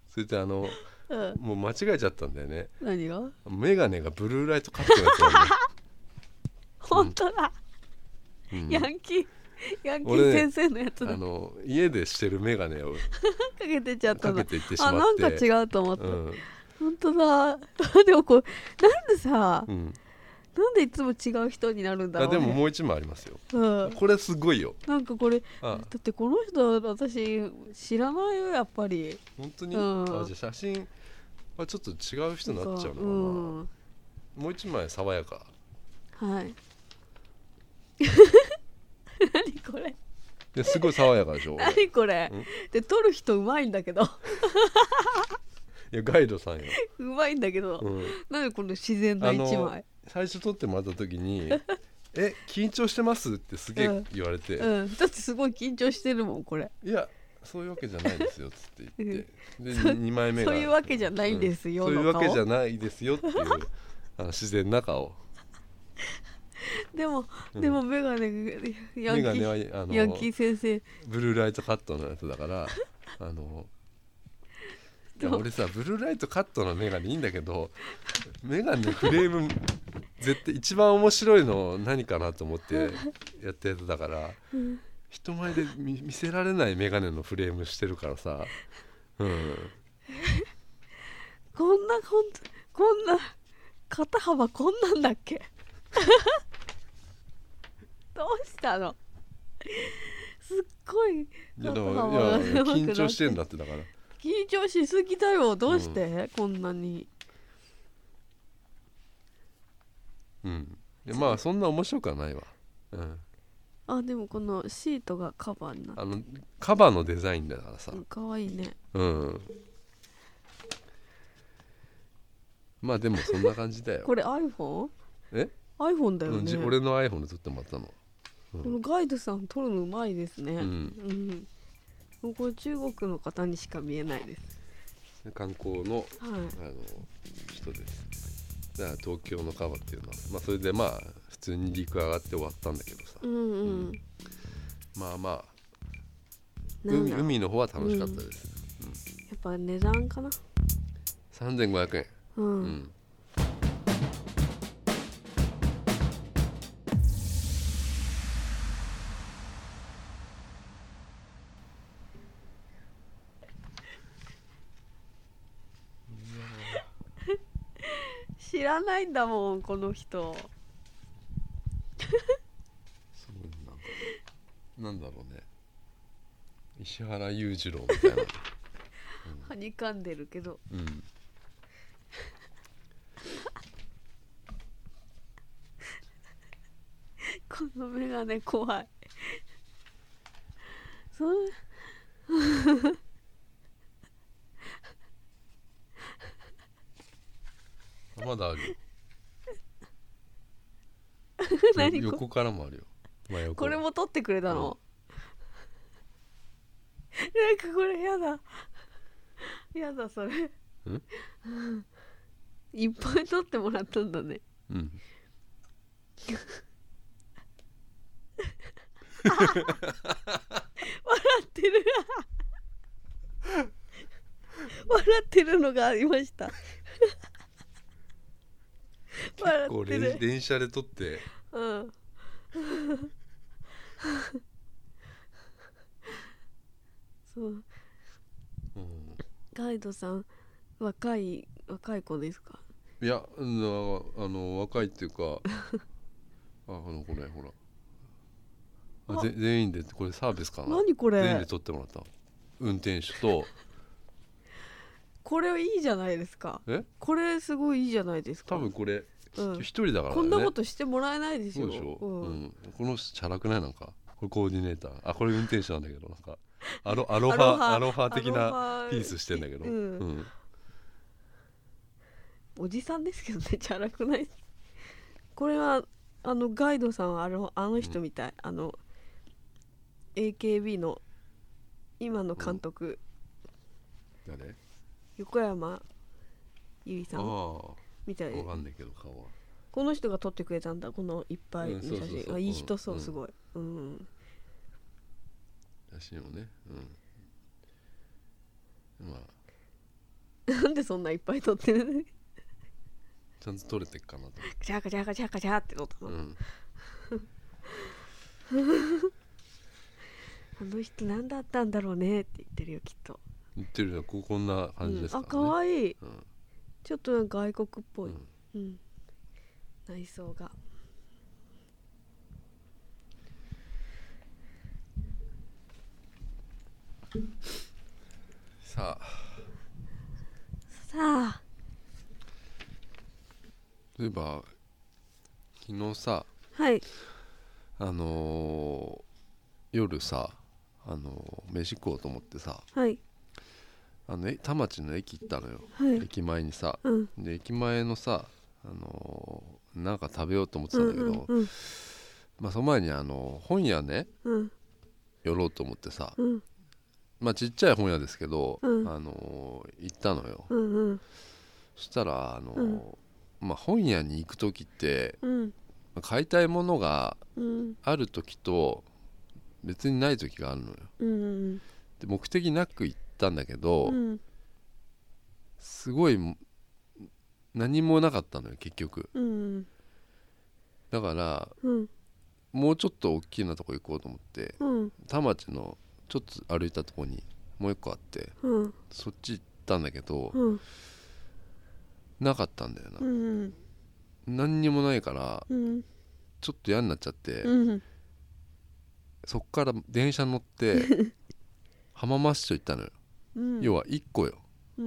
S1: それであの
S2: うん、
S1: もう間違えちゃったんだよね
S2: 何が
S1: 眼鏡がブルーライトカットのやつなんだよ
S2: 本当だ、
S1: うん、
S2: ヤンキーヤンキ
S1: 俺
S2: ー
S1: ね
S2: 先生のやつだ、
S1: あの家でしてる眼鏡を
S2: かけてちゃった
S1: か
S2: の
S1: けていってしま
S2: あ
S1: って
S2: なんか違うと思った、
S1: うん
S2: 本当だ でもこうなんでさ、
S1: うん、
S2: なんでいつも違う人になるんだろ
S1: あ
S2: う、
S1: で
S2: ね、
S1: ももう一枚ありますよ
S2: うん、
S1: これすごいよ
S2: なんかこれ
S1: あ
S2: だってこの人私知らないよやっぱり
S1: 本当に、
S2: うん
S1: あじゃあ写真はちょっと違う人になっちゃうのかな、
S2: うん
S1: もう一枚爽や か
S2: はい 何これ
S1: ですごい爽やかでしょ俺
S2: 何これ
S1: うん
S2: で撮る人うまいんだけど
S1: いやガイドさんよ、
S2: うまいんだけど、
S1: うん、
S2: なんでこの自然な一枚
S1: 最初撮ってもらった時 に「え緊張してます?」ってすげえ
S2: うん
S1: 言われて「
S2: うんだってすごい緊張してるもんこれ
S1: いやそういうわけじゃないですよ」っつって言って、で
S2: そう
S1: 2枚目が
S2: そういうわけじゃないんですよ
S1: うんそうい
S2: の
S1: う
S2: 顔
S1: わけじゃないですよっていうあの自然な顔
S2: でも、
S1: うん
S2: でもメガネヤン
S1: 眼鏡
S2: キー、
S1: はあ
S2: ヤンキー
S1: の
S2: 先生
S1: ブルーライトカットのやつだ からあのいや
S2: どう
S1: 俺さブルーライトカットの眼鏡いいんだけど眼鏡のフレーム絶対一番面白いの何かなと思 ってやったやつだから人前で見見せられない眼鏡のフレームしてるからさ、うん、
S2: こんなこんこんな肩幅こんなんだっけ どうしたのすっごい
S1: いやだから
S2: 肩
S1: い
S2: 幅が
S1: やいや
S2: 狭くなって
S1: 緊張してんだってだから
S2: 緊張しすぎだよどうして、こんなに
S1: うんいやまあそんな面白くはないわ、うん、
S2: あでもこのシートがカバーになって
S1: あのカバーのデザインだからさ、
S2: かわいいね
S1: うん、まあでもそんな感じだよ
S2: これ iPhone?iPhone
S1: え
S2: だよね、
S1: うんじ俺の iPhone で撮ってもらったの、
S2: このガイドさん撮るのうまいですねうんうん、これ中国の方にしか見えないです
S1: 観光の
S2: はい
S1: あの人ですだから東京の川っていうのは、まあ、それでまあ普通に陸上がって終わったんだけどさ、
S2: うんうん、
S1: まあまあ
S2: なん
S1: 海
S2: だ
S1: 海の方は楽しかったです、
S2: やっぱ値段かな
S1: 3500円
S2: うん、
S1: うん、
S2: 知らないんだもんこの人
S1: すごいなんかなんだろうね石原裕次郎みたいな、
S2: はにかんでるけど
S1: うん、
S2: この眼鏡怖いそう
S1: あまだあるよ
S2: 何
S1: よ
S2: こ
S1: 横からもあるよ真横
S2: これも撮ってくれたの、なんかこれやだやだそれいっぱい撮ってもらったんだね
S1: うん
S2: 笑ってる笑ってるのがありました笑
S1: こ
S2: っ
S1: う
S2: て
S1: 連
S2: る
S1: 電車で撮って
S2: うんそう
S1: うん
S2: ガイドさん若い若い子ですか
S1: いやうんああの若いっていう かああのこれほらあ
S2: あ
S1: ぜ全員でこれサービスかな
S2: 何こ
S1: 全員
S2: れ
S1: で撮ってもらった運転手と
S2: これいいじゃないですか
S1: え
S2: これすごいいいじゃないですか
S1: 多分これひ一、
S2: うん
S1: 人だからだ
S2: こ
S1: よね
S2: んなことしてもらえないです
S1: そ
S2: よ
S1: うでしょ、
S2: うん
S1: うん、この人チャラくないなんかこれコーディネーターあこれ運転手なんだけどなんかアロアロハア
S2: ア
S1: ロ
S2: ロ
S1: ハ
S2: ハ
S1: 的
S2: アロ
S1: な
S2: ハ
S1: ピースしてんだけど、
S2: うん
S1: うん
S2: おじさんですけどねチャラくないこれはあのガイドさんはあのあの人みたい、あの AKB の今の監督、
S1: 誰
S2: 横山由依さ
S1: あ
S2: ん
S1: あ
S2: みたい
S1: 分
S2: で
S1: かんないけど顔は
S2: この人が撮ってくれたんだこのいっぱいの写
S1: うんそうそう
S2: 真、
S1: そう
S2: あいい人そううんすごい、うん
S1: 写真をねうんまあ
S2: なんでそんないっぱい撮ってる
S1: ちゃんと撮れてっかなと思って
S2: ガチャガチャガチャガチャって撮ったの、
S1: うん
S2: あの人何だったんだろうねって言ってるよきっと、
S1: 言ってるのここんな感じです
S2: うん、
S1: か
S2: あ
S1: らね
S2: 可愛いい
S1: うん
S2: ちょっとなんか外国っぽい、
S1: うん
S2: うん、内装が
S1: さあ
S2: さあ
S1: 例えば昨日さ
S2: はい
S1: あのー夜さあのー飯食おうと思ってさ
S2: はい
S1: あのえ田町の駅行ったのよ
S2: はい
S1: 駅前にさ
S2: うん
S1: で駅前のさあのーなんか食べようと思って
S2: う
S1: た
S2: ん
S1: んだけど、
S2: うんうん
S1: まあその前にあの本屋ね
S2: うん
S1: 寄ろうと思ってさ
S2: うん
S1: まあちっちゃい本屋ですけど、
S2: うん
S1: あのー行ったのよ、
S2: うん
S1: そしたらあのーまあ本屋に行く時って
S2: うん
S1: まあ買いたいものが
S2: うん
S1: ある時と別にない時があるのよ
S2: うん
S1: で目的なく行ったんだけど、
S2: うん
S1: すごいも何もなかったのよ結局
S2: うん
S1: だから
S2: うん
S1: もうちょっと大きなとこ行こうと思って
S2: うん
S1: 田町のちょっと歩いたとこにもう一個あって
S2: うん
S1: そっち行ったんだけど、
S2: うん
S1: なかったんだよな、
S2: うん
S1: 何にもないから
S2: うん
S1: ちょっと嫌になっちゃって、
S2: うん
S1: そっから電車乗って 浜松町行ったのよ、
S2: うん
S1: 要は1個よ
S2: うん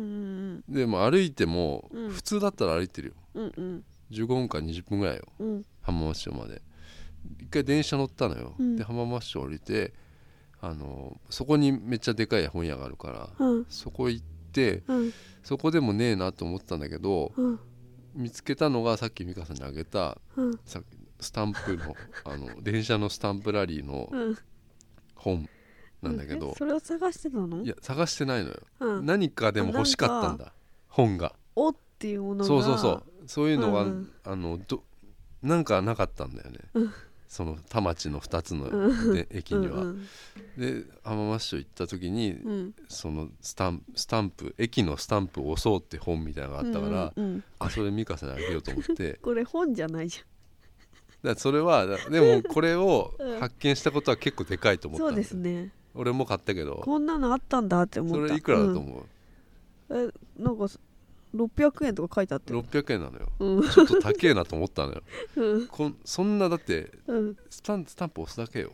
S2: うん
S1: でも歩いても
S2: うん
S1: 普通だったら歩いてるよ
S2: うんうん
S1: 15分か20分ぐらいよ
S2: うん
S1: 浜松町まで一回電車乗ったのよ、
S2: うん
S1: で浜松町降りてあのそこにめっちゃでかい本屋があるから、
S2: うん
S1: そこ行って
S2: うん
S1: そこでもねえなと思ったんだけど
S2: うん
S1: 見つけたのがさっき美香さんにあげた
S2: うん
S1: さスタンプの あの電車のスタンプラリーの
S2: うん
S1: 本なんだけど
S2: え、それを探してたの
S1: いや探してないのよ、
S2: うん
S1: 何かでも欲しかったんだ本が
S2: おっていうものが
S1: そうそうそうそういうのが、
S2: うんうん
S1: あのどなんかなかったんだよね、
S2: うん
S1: その田町の2つの、
S2: うん
S1: で駅には、
S2: うん
S1: で浜松町行った時に、
S2: うん
S1: そのスタンスタンプ駅のスタンプを押そうって本みたいなのがあったから、
S2: うんうんうん
S1: あそれ美香さんにあげようと思ってだか
S2: これ本じゃないじ
S1: らそれはだでもこれを
S2: うん
S1: 発見したことは結構でかいと
S2: ゃん
S1: 思った
S2: そ
S1: ん
S2: う
S1: だ
S2: で
S1: よ
S2: すね
S1: 俺も買ったけど
S2: こんなのあったんだって思
S1: そ
S2: った
S1: れいくらだと
S2: うん
S1: 思う、
S2: えなんかそ600円とか書いてあって
S1: 600円なのよ
S2: うん
S1: ちょっと高えなと思ったのよ
S2: うん
S1: こんそんなだって
S2: うん
S1: スタンスタンプ押すだけよ、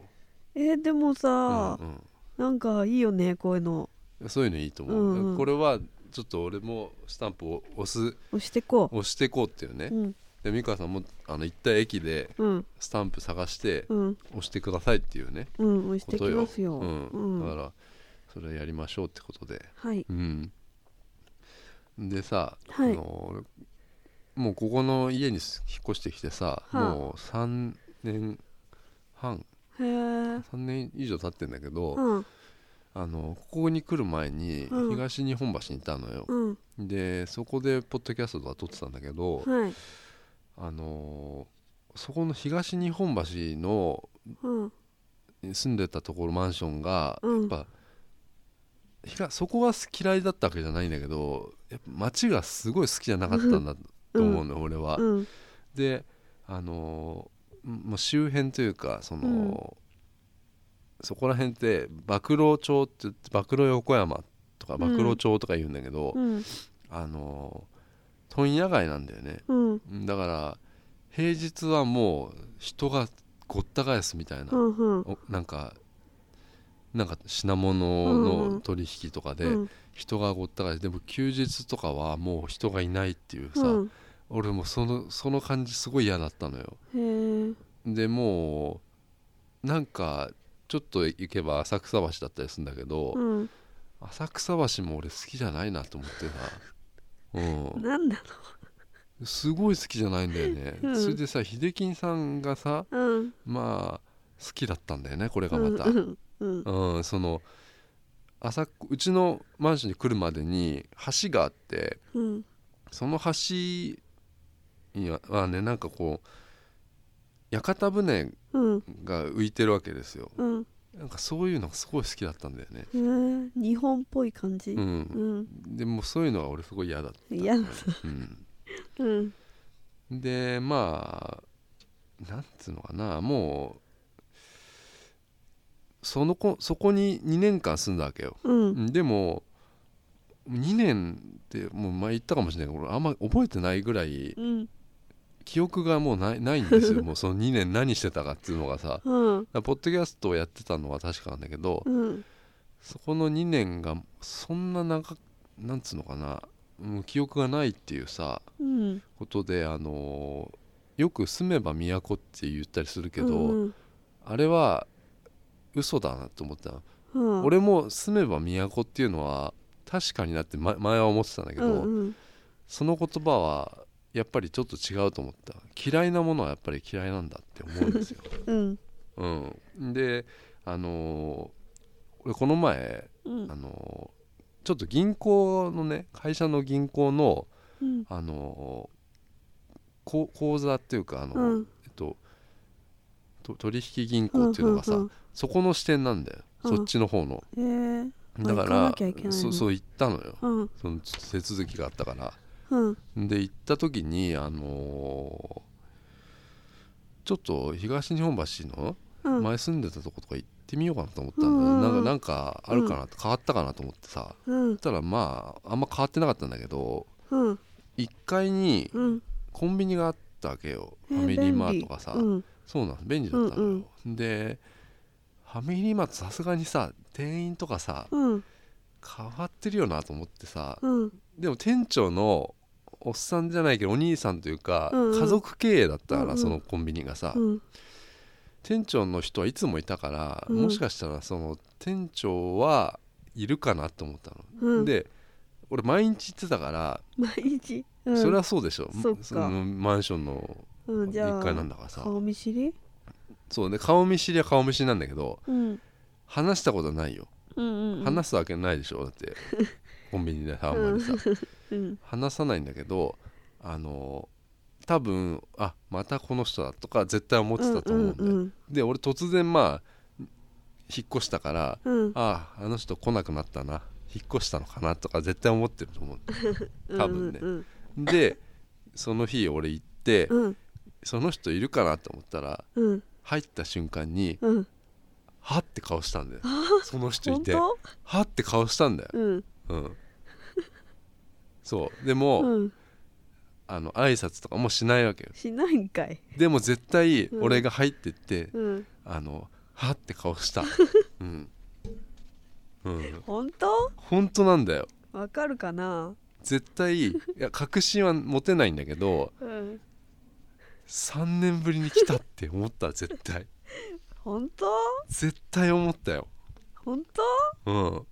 S2: えーでもさ
S1: うんうん
S2: なんかいいよねこういうの
S1: そういうのいいと思う、
S2: うんうん
S1: これはちょっと俺もスタンプを押す
S2: 押してこ
S1: 押していこうっていうね、
S2: ううん
S1: で美川さんもあの行った駅で
S2: うん
S1: スタンプ探して
S2: うん
S1: 押してくださいっていうね
S2: うん押し
S1: こ
S2: てき
S1: とよ
S2: ますよ
S1: うん
S2: う
S1: だか
S2: ん
S1: らそれやりましょうってことで
S2: はい
S1: うんでさ、
S2: はい
S1: あのもうここの家に引っ越してきてさ、
S2: あ
S1: もう3年半
S2: へえ
S1: 3年以上経ってんだけど、
S2: うん
S1: あのここに来る前に
S2: うん
S1: 東日本橋にいたのよ、
S2: うん
S1: でそこでポッドキャストとか撮ってたんだけど、
S2: はい
S1: あのーそこの東日本橋の
S2: うん
S1: 住んでたところマンションがや
S2: うん
S1: っぱ、ひがそこが嫌いだったわけじゃないんだけどやっぱ街がすごい好きじゃなかったんだと思うの、俺は。
S2: うん
S1: であのーんもう周辺というかその、そこら辺って曝露町って言って曝露横山とか
S2: ん
S1: 曝露町とか言うんだけど、
S2: うん
S1: あのー問屋街なんだよね。
S2: うん
S1: うんだから平日はもう人がごった返すみたいな、
S2: うんうん
S1: おなんかなんか品物
S2: うんう
S1: の
S2: ん
S1: 取引とかで
S2: うん
S1: 人がごった返す、でも休日とかはもう人がいないっていうさ、
S2: うん
S1: 俺もそのその感じすごい嫌だったのよ
S2: へえ
S1: でもうなんかちょっと行けば浅草橋だったりするんだけど、
S2: うん
S1: 浅草橋も俺好きじゃないなと思ってさ、うん、
S2: なんだ
S1: すごい好きじゃないんだよね、
S2: うん
S1: それでさ秀樹さんがさ
S2: うん
S1: まあ好きだったんだよねこれが
S2: う
S1: ま
S2: ん
S1: た、
S2: うんうん
S1: うん、その浅くうちのマンションに来るまでに橋があって
S2: うん
S1: その橋にははねなんかこう屋形船
S2: うん
S1: が浮いてるわけですよ
S2: うん
S1: なんかそういうのがすごい好きだったんだよね、
S2: うん日本っぽい感じ
S1: う、
S2: うんん
S1: でもうそういうのは俺すごい嫌だった、
S2: 嫌だうん
S1: うん、でまあなんつうのかなもうその子そこに2年間住んだわけよ
S2: うん
S1: でも2年ってもう前言ったかもしれないけど俺あんま覚えてないぐらい
S2: うん
S1: 記憶がもうないないんです よもうその2年何してたかっていうのがさだか
S2: うん
S1: らポッドキャストをやってたのは確かなんだけど
S2: うん
S1: そこの2年がそんな長くなんつうのかなもう記憶がないっていうさ
S2: うん
S1: ことであのーよく「住めば都」って言ったりするけど、
S2: うん
S1: あれは嘘だなと思ったの
S2: うん
S1: 俺も住めば都っていうのは確かになって前前は思ってたんだけ
S2: う
S1: ど、
S2: んうん
S1: その言葉はやっぱりちょっと違うと思った嫌いなものはやっぱり嫌いなんだって思うんです よ、
S2: うん
S1: うん、であのー俺この前、
S2: うん
S1: あのーちょっと銀行のね会社の銀行の、
S2: うん
S1: あのーこ口座っていうかあの、
S2: うん
S1: えっとと取引銀行っていうのがさ、
S2: うんうんうん
S1: そこの視点なんだよ、
S2: うん
S1: そっちの方の
S2: えーあ
S1: だか
S2: 行かな
S1: ら
S2: きゃいけないの
S1: そうそう行ったのよ
S2: うん
S1: そのちょっと手続きがあったから
S2: うん
S1: で行った時にあのーちょっと東日本橋の
S2: うん
S1: 前住んでたとことか行ってみようかなと思ったんだよ、
S2: うんうん
S1: な
S2: うん
S1: か
S2: ん
S1: なんかあるかな、変わったかなと思ってさ
S2: うん
S1: そしたらまああんま変わってなかったんだけど
S2: うん
S1: 1階に
S2: うん
S1: コンビニがあったわけよ、
S2: えー
S1: ファミリーマートがさ、
S2: 便利うん
S1: そうなん便利だったのよ、
S2: うん
S1: でファミリーマートさすがにさ店員とかさ
S2: うん
S1: 変わってるよなと思ってさ、
S2: うん
S1: でも店長のおっさんじゃないけどお兄さんというか、
S2: うんうん
S1: 家族経営だったから、
S2: うんうん
S1: そのコンビニがさ、
S2: うん
S1: 店長の人はいつもいたから、
S2: うん
S1: もしかしたらその店長はいるかなと思ったの、
S2: うん
S1: で俺毎日行ってたから、
S2: 毎日うん
S1: それはそうでしょ
S2: そっか
S1: のマンションの
S2: うんじゃ
S1: 1
S2: あ
S1: 階なんだからさ、
S2: 顔見知り
S1: そうで顔見知りは顔見知りなんだけど
S2: うん
S1: 話したことはないよ
S2: うんうん
S1: 話すわけないでしょだって コンビニでさあんまりさ、
S2: うん
S1: 話さないんだけどあの多分あまたこの人だとか絶対思ってたと思うんだよ、
S2: うん
S1: で俺突然まあ引っ越したから
S2: うん
S1: あああの人来なくなったな引っ越したのかなとか絶対思ってると思う
S2: うん
S1: 多分ね
S2: うん
S1: でその日俺行って
S2: うん
S1: その人いるかなと思ったら
S2: うん
S1: 入った瞬間に
S2: うん
S1: はって顔したんだよその人い
S2: 本
S1: て
S2: 当
S1: はって顔したんだよ、
S2: うん
S1: うん、そうでも、
S2: うん
S1: あの挨拶とかもしないわけよ
S2: しないんかい
S1: でも絶対
S2: うん
S1: 俺が入ってって、
S2: うん
S1: あのはって顔した うん、うん、
S2: 本当
S1: 本当なんだよ
S2: わかるかな
S1: 絶対いや確信は持てないんだけど
S2: うん
S1: 3年ぶりに来たって思 った絶対
S2: 本当
S1: 絶対思ったよ
S2: 本当
S1: うん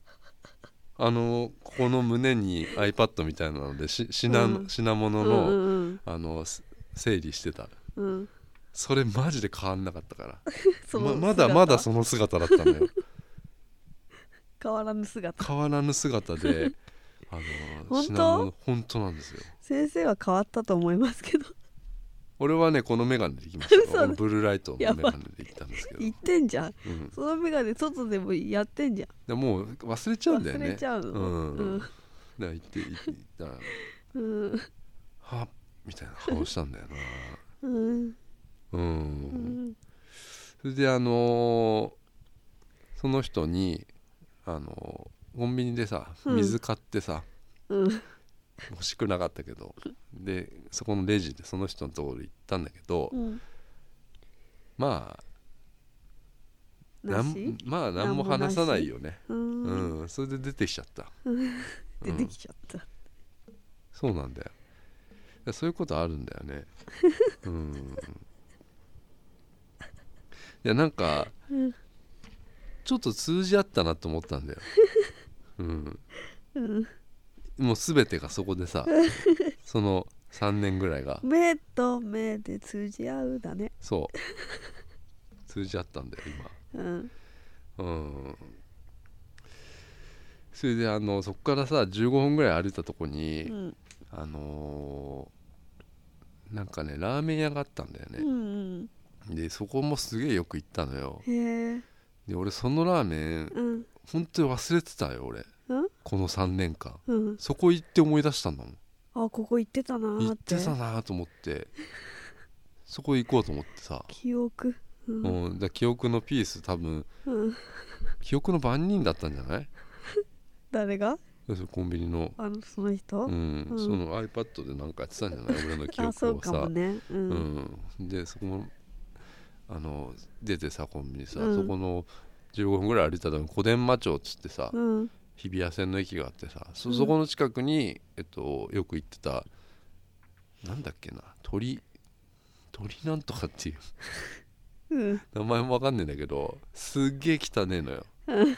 S1: あのここの胸に iPad みたいなのでし品,、
S2: うん
S1: 品物
S2: うん
S1: の、
S2: うん
S1: あのす整理してた
S2: うんうん
S1: それマジで変わんなかったから
S2: その
S1: まま
S2: 姿
S1: だまだその姿だったのよ
S2: 変わらぬ姿
S1: 変わらぬ姿 であの
S2: 本当
S1: 品物本当なんですよ
S2: 先生は変わったと思いますけど
S1: 俺はねこの眼鏡で行きました
S2: 嘘
S1: よブルーライトの眼鏡で行ったんですけど、
S2: 言ってんじゃん
S1: うん、
S2: その眼鏡外でもやってんじゃん
S1: でもう忘れちゃうんだよね
S2: 忘れちゃうの
S1: うん
S2: うん
S1: だから行って行って行ったら
S2: うん
S1: はっみたいな顔したんだよな
S2: うん
S1: うん、
S2: うん
S1: それであのーその人にあのーコンビニでさ
S2: うん
S1: 水買ってさ、
S2: うん
S1: 欲しくなかったけどでそこのレジでその人のところ行ったんだけど、
S2: うん
S1: まあな
S2: なんし
S1: まあ何も
S2: なんもな
S1: 話
S2: し
S1: さないよね
S2: う
S1: うんん、それで出てきちゃった
S2: 出てきちゃった
S1: そうなんだよだそういうことあるんだよ ねうんいやなんか
S2: うん
S1: ちょっと通じ合ったなと思ったん だようん
S2: うん
S1: もう全てがそこでさその3年ぐらいが
S2: 目と目で通じ合うだね
S1: そう通じ合ったんだよ今
S2: うん
S1: うんそれであのそこからさ15分ぐらい歩いたとこに、
S2: うん
S1: あのーなんかねラーメン屋があったんだよ
S2: う
S1: ね、
S2: ん
S1: でそこもすげえよく行ったのよ
S2: うんへえ
S1: で俺そのラーメン
S2: うん
S1: 本当に忘れてたよ俺
S2: うん
S1: この3年間
S2: うん
S1: そこ行って思い出したんだもん
S2: あここ行ってたな
S1: 行
S2: ー
S1: っ
S2: って
S1: てたなと思ってそこ行こうと思ってさ、
S2: 記憶う
S1: うんん、だから記憶のピース多分
S2: うん
S1: 記憶の番人だったんじゃない
S2: 誰が
S1: 要するにコンビニの、
S2: あのその人、
S1: うん
S2: うん
S1: その iPad でなんかやってたんじゃない俺の記憶
S2: あ
S1: をさ
S2: そうかもねう
S1: うんん、でそこもあの出てさコンビニさ、
S2: うん
S1: そこの15分ぐらい歩いたとこに小伝馬町っつってさ、
S2: うん
S1: 日比谷線の駅があってさそ,、
S2: うん
S1: そこの近くに、えっと、よく行ってたなんだっけな鳥鳥なんとかっていう
S2: うん
S1: 名前もわかんねえんだけどすっげえ汚ねえのよ
S2: うん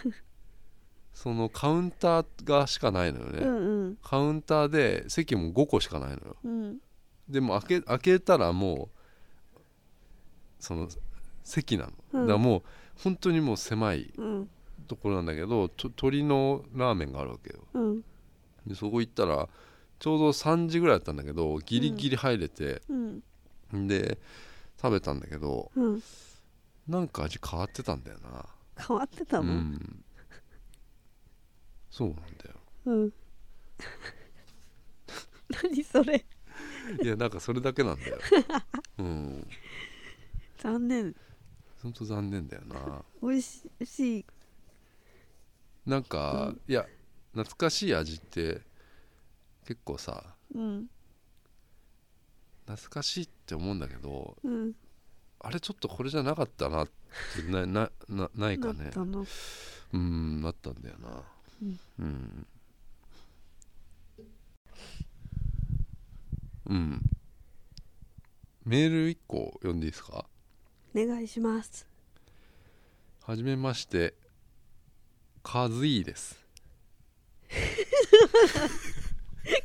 S1: そのカウンターがしかないのよね、
S2: うん
S1: カウンターで席も5個しかないのよ
S2: うん
S1: でも開け開けたらもうその席なの、
S2: うん
S1: だからもう本当にもう狭い
S2: うん
S1: ところなんだけどと鳥のラーメンがあるわけよ
S2: うん
S1: でそこ行ったらちょうど3時ぐらいだったんだけどギリギリ入れて、
S2: うん
S1: で食べたんだけど
S2: うん
S1: なんか味変わってたんだよな
S2: 変わってた
S1: う
S2: のん
S1: んそうなんだよ
S2: うん 何それ
S1: いやなんかそれだけなんだようん
S2: 残念
S1: ほんと残念だよな
S2: 美味しい
S1: なんか、
S2: うん
S1: いや懐かしい味って結構さ
S2: うん
S1: 懐かしいって思うんだけど
S2: うん
S1: あれちょっとこれじゃなかったなってなななない
S2: な
S1: か
S2: っ
S1: ね
S2: たの
S1: うんなったんだよな
S2: うん
S1: うん、うんメール1個読んでいいですか
S2: お願いします
S1: はじめましてカズイです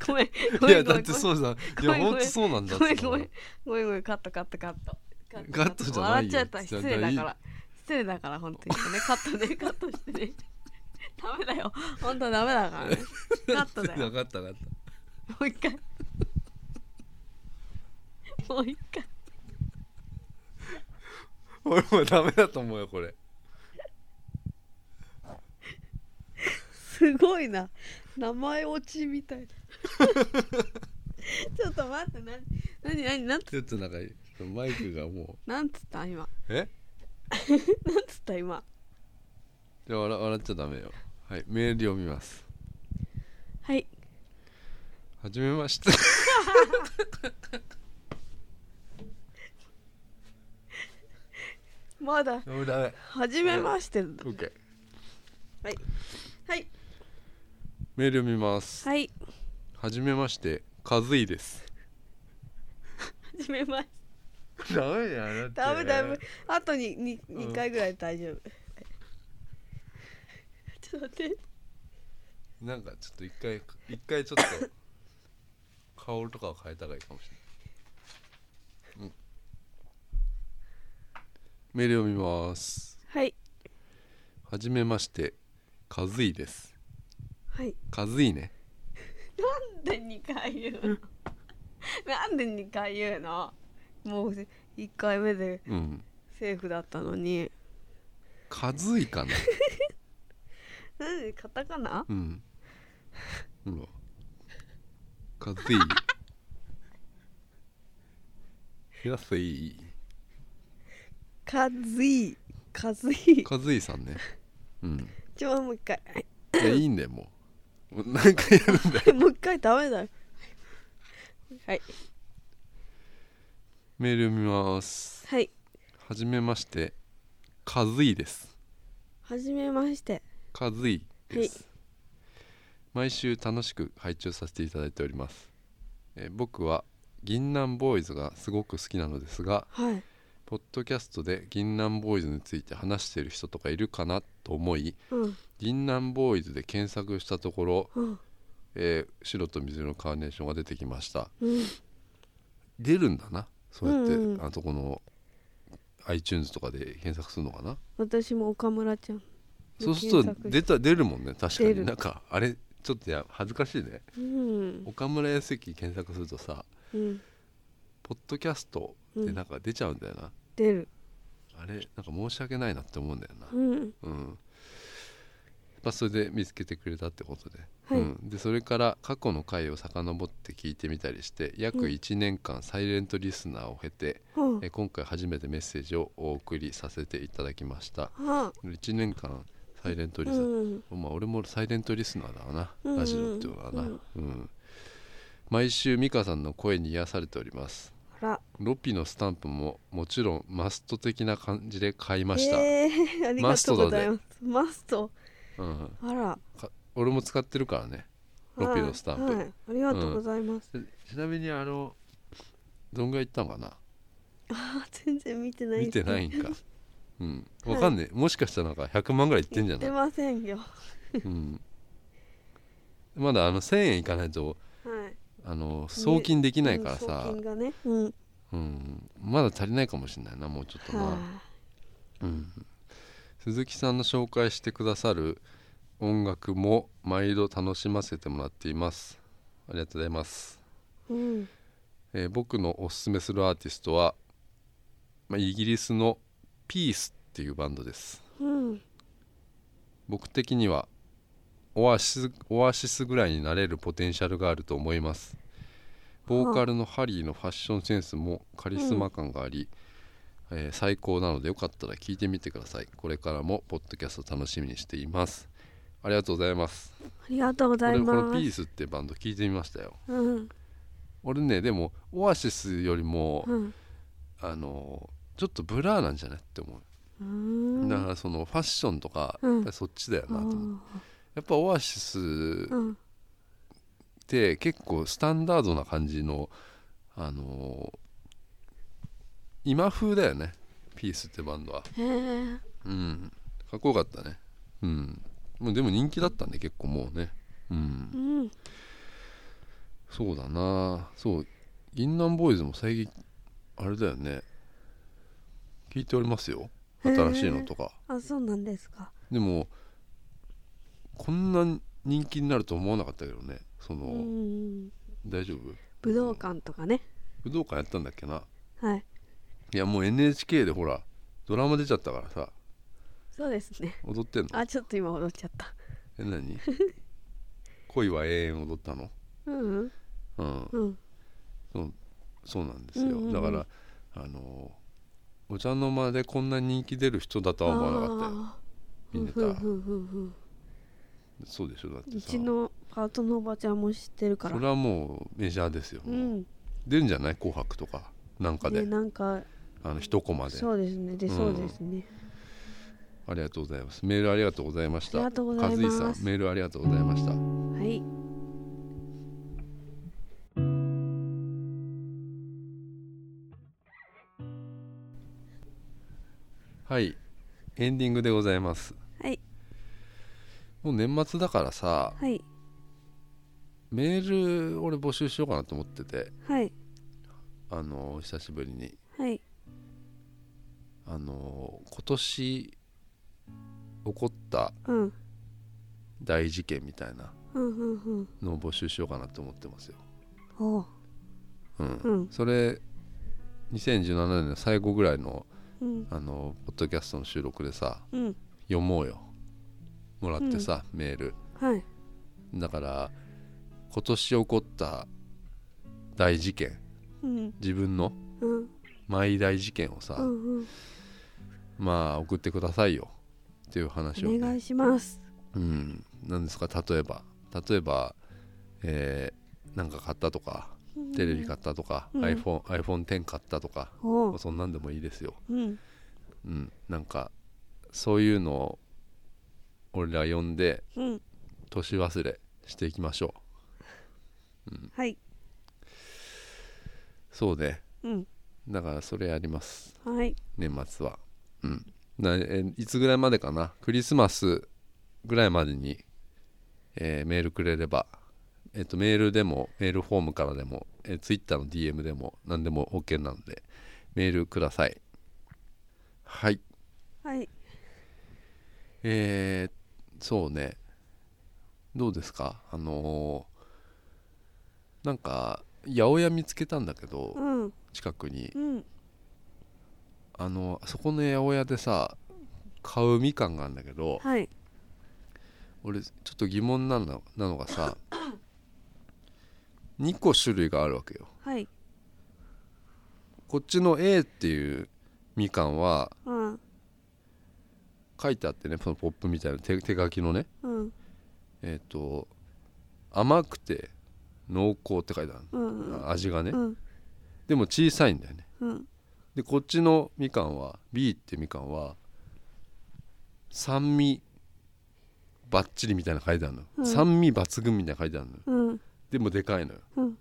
S2: ご めんご
S1: い
S2: め
S1: や
S2: んご
S1: だ
S2: め
S1: っ
S2: ん
S1: てそうじゃんい
S2: ご
S1: や
S2: めん
S1: ほんとそうなんだ
S2: ごめん
S1: その
S2: ごめんごめんごめんカットカットカット
S1: カットじゃないよ
S2: 笑っちゃった失礼だから失礼だから本当にごめんカット ねカットしてねダメだよ本当ダメだ からねカ ットだよ
S1: 分かった分かった
S2: もう一回もう一回
S1: 俺もダメだと思うよこれ
S2: すごいな名前落ちみたいなちょっと待ってなになになんつ
S1: ちょっとなんかマイクがも
S2: なんつった今
S1: うえ
S2: なんつった今
S1: いや笑笑っちゃダメよはいメール読みます
S2: はい
S1: はじめまして
S2: まだ
S1: ダメダメ
S2: 初めましてだ
S1: OK
S2: はいはい
S1: メール読みますは
S2: はい
S1: じめましてカズイです
S2: 初めまして
S1: ダメだよ
S2: ダメダメあとにに
S1: うん
S2: 2回ぐらい大丈夫、ちょっと待って
S1: なんかちょっと一回一回ちょっと顔とかを変えた方がいいかもしれない、うん、メール読みます
S2: はい
S1: はじめましてカズイです
S2: はい
S1: カズイね
S2: なんで2回言うのなんで2回言うのもう1回目で
S1: うん
S2: セーフだったのに
S1: カズイかな
S2: なんでカタカナ
S1: うんほらカズイ安い
S2: カズイカズイ
S1: カズイさんねうん
S2: ちょもう1回
S1: いやいいんだよもうもう何回やるんだよ
S2: もう1回ダメだよはい
S1: メール読みます
S2: はい
S1: はじめましてカズイです
S2: はじめまして
S1: カズイです、毎週楽しく拝聴させていただいております、えー僕は銀杏ボーイズがすごく好きなのですが
S2: はい
S1: ポッドキャストで銀杏ボーイズについて話している人とかいるかなと思い
S2: うん
S1: 銀杏ボーイズで検索したところ、
S2: うん
S1: えー白と水色のカーネーションが出てきました
S2: うん
S1: 出るんだなそうやって、
S2: うんうん
S1: あそこの iTunes とかで検索するのかな
S2: 私も岡村ちゃん
S1: そうすると
S2: 検索
S1: 出た出るもんね確か
S2: 出
S1: に
S2: る
S1: なんかあれちょっとや恥ずかしいね
S2: うん
S1: 岡村康之検索するとさ
S2: うん
S1: ポッドキャストでなんか出ちゃうんだよな、
S2: 出る
S1: あれなんか申し訳ないなって思うんだよな
S2: うん
S1: うんまあ、それで見つけてくれたってことで,、
S2: はい
S1: うん、でそれから過去の回を遡って聞いてみたりして約
S2: うん
S1: 1年間サイレントリスナーを経て、
S2: は
S1: え今回初めてメッセージをお送りさせていただきました
S2: あはあ
S1: 1年間サイレントリ
S2: う
S1: スナー、
S2: ん
S1: まあ俺もサイレントリスナーだわな、
S2: うんうん
S1: ラジオっていうのはな、うん毎週美香さんの声に癒されております
S2: あら
S1: ロッピーのスタンプももちろんマスト的な感じで買いました、
S2: えー、ありがとうございますマスト
S1: うん、
S2: あら
S1: か俺も使ってるからねロッピーのスタンプ、
S2: はいはい、ありがとうございます、
S1: ちなみにあのどんぐらい行ったのかな
S2: あ全然見てない
S1: 見てない
S2: い
S1: んかうん
S2: はい
S1: わかんねえ、もしかしたらなんか100万ぐらい行ってんじゃ
S2: 出
S1: ない、
S2: ませんよは
S1: うん、まだあの1000円いかないと
S2: い
S1: あの送金できないから
S2: う
S1: さ
S2: ん送、金がねうん
S1: うん、まだ足りないかもしれないなもうちょっとな、
S2: は
S1: うん、鈴木さんの紹介してくださる音楽も毎度楽しませてもらっていますありがとうございます
S2: いうん
S1: えー僕のおすすめするアーティストは、まあ、イギリスのピースっていうバンドです
S2: うん
S1: 僕的にはオアシスオアシスぐらいになれるポテンシャルがあると思いますボーカルのハリーのファッションセンスもカリスマ感があり、えー最高なのでよかったら聞いてみてくださいこれからもポッドキャスト楽しみにしていますありがとうございます
S2: ありがとうござい
S1: 俺この
S2: ま
S1: ピ
S2: す
S1: ースってバンド聞いてみましたよ
S2: うん
S1: 俺ねでもオアシスよりも、
S2: うん
S1: あのちょっとブラーなんじゃないって思う、
S2: うーん
S1: だからそのファッションとか、
S2: うん
S1: やっぱりそっちだよなと思う、やっぱオアシス
S2: あーうん
S1: って結構スタンダードな感じのあの今風だよねピースってバンドは
S2: へえ
S1: うんかっこよかったねうんもうでも人気だったんで結構もうねう
S2: うんん
S1: そうだなそう銀杏ボーイズも最近あれだよね聞いておりますよ新しいのとか
S2: あそうなんですか
S1: でもこんな人気になると思わなかったけどねその、
S2: うん
S1: 大丈夫
S2: 武道館とかね
S1: 武道館やったんだっけな
S2: はい
S1: いやもう NHK でほらドラマ出ちゃったからさ
S2: そうですね
S1: 踊ってんの
S2: あちょっと今踊っちゃった
S1: え何 恋は永遠踊ったの
S2: うん
S1: うん
S2: うん
S1: そうそうなんですよ、
S2: うんうんうん
S1: だからあのお茶の間でこんな人気出る人だとは思わなかったよ
S2: あ
S1: み
S2: ー
S1: んな
S2: ふん
S1: さ
S2: ふんふんふん
S1: そうでしょだってさ
S2: うちのパートのおばちゃんも知ってるか
S1: そ
S2: ら
S1: れはもうメジャーですよ、
S2: う
S1: もうん出るんじゃない紅白とかなんかで、
S2: ねなんか
S1: あの一コマで
S2: そうですねで
S1: うん
S2: そうですね
S1: ありがとうございます。メールありがとうございました。
S2: ありがとうございます
S1: 和井さん、メールありがとうございました。
S2: はい
S1: はい、エンディングでございます。
S2: はい
S1: もう年末だからさ、
S2: はい
S1: メール俺募集しようかなと思ってて、
S2: はい
S1: あの久しぶりに、
S2: はい
S1: あの今年起こった
S2: うん
S1: 大事件みたいな
S2: うんうんうん
S1: のを募集しようかなと思ってますよ。
S2: おう
S1: うん。
S2: うん
S1: それ2017年の最後ぐらいの
S2: うん
S1: あのポッドキャストの収録でさ、
S2: うん
S1: 読もうよもらってさ、メール
S2: はい
S1: だから今年起こった大事件
S2: うん
S1: 自分の
S2: うん
S1: マイ大事件をさ、
S2: うんうん
S1: まあ送ってくださいよっていう話を、
S2: お願
S1: ね
S2: いします
S1: うん、なんですか例えば例えばえーなんか買ったとかテレビ買ったとか、
S2: うん
S1: iPhone iPhone10 買ったとか、
S2: おう
S1: そんなんでもいいですよ、
S2: うん
S1: うん、なんかそういうのを俺ら呼んで
S2: うん
S1: 年忘れしていきましょう
S2: はい
S1: そうね
S2: うん
S1: だからそれやります
S2: はい
S1: 年末はうんなえいつぐらいまでかなクリスマスぐらいまでに、えーメールくれれば、ええっとメールでもメールフォームからでも、えー、Twitter の DM でも何でも OK なのでメールくださいはい
S2: はい
S1: えー、そうねどうですかあのーなんか八百屋見つけたんだけど
S2: うん
S1: 近くに
S2: うん
S1: あのあそこの八百屋でさ買うみかんがあるんだけど
S2: はい
S1: 俺ちょっと疑問なのなのがさ 2個種類があるわけよ
S2: はい
S1: こっちの A っていうみかんは
S2: うん
S1: 書いてあってねそのポップみたいな手手書きのね
S2: うん
S1: えっ、と甘くて濃厚って書いてある
S2: うんうん
S1: の味がね
S2: うん
S1: でも小さいんだよね
S2: うん
S1: でこっちのみかんは B ってみかんは酸味バッチリみたいなの書いてあるの、
S2: うん
S1: 酸味抜群みたいなの書いてあるの
S2: うん
S1: でもでかいのよ
S2: うん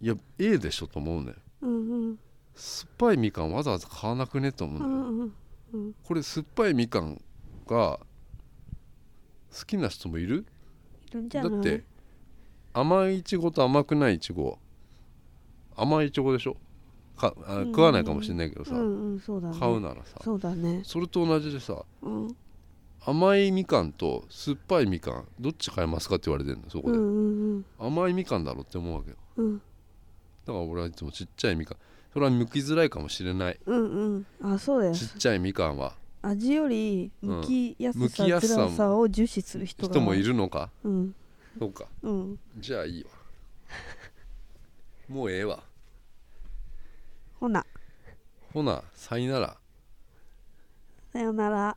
S1: いや A でしょと思うのよ
S2: うん
S1: 酸っぱいみかんわざわざ買わなくねと思う
S2: う
S1: のよ、
S2: んうん
S1: これ酸っぱいみかんが好きな人もいる
S2: いるんじ
S1: だ
S2: ゃない
S1: って甘いいちごと甘くないいちご甘いいちごでしょかあ
S2: うん
S1: 食わないかもしれないけどさ、
S2: うんうんそうだね
S1: 買うならさ
S2: そうだね
S1: それと同じでさ
S2: うん
S1: 甘いみかんと酸っぱいみかんどっち買いますかって言われてるのそこ
S2: うん
S1: で、
S2: うん
S1: 甘いみかんだろって思うわけよ
S2: うんうん
S1: だから俺はいつもちっちゃいみかんそれは剥きづらいかもしれない
S2: うんうんあそうだよ
S1: ちっちゃいみかんは
S2: 味より剥きやすさ
S1: うん剥きやすさも
S2: 辛さを重視する人が
S1: 人もいるのか
S2: うん
S1: そうか
S2: うん
S1: じゃあいいわもうええわ
S2: ほな
S1: ほなさいなら
S2: さよなら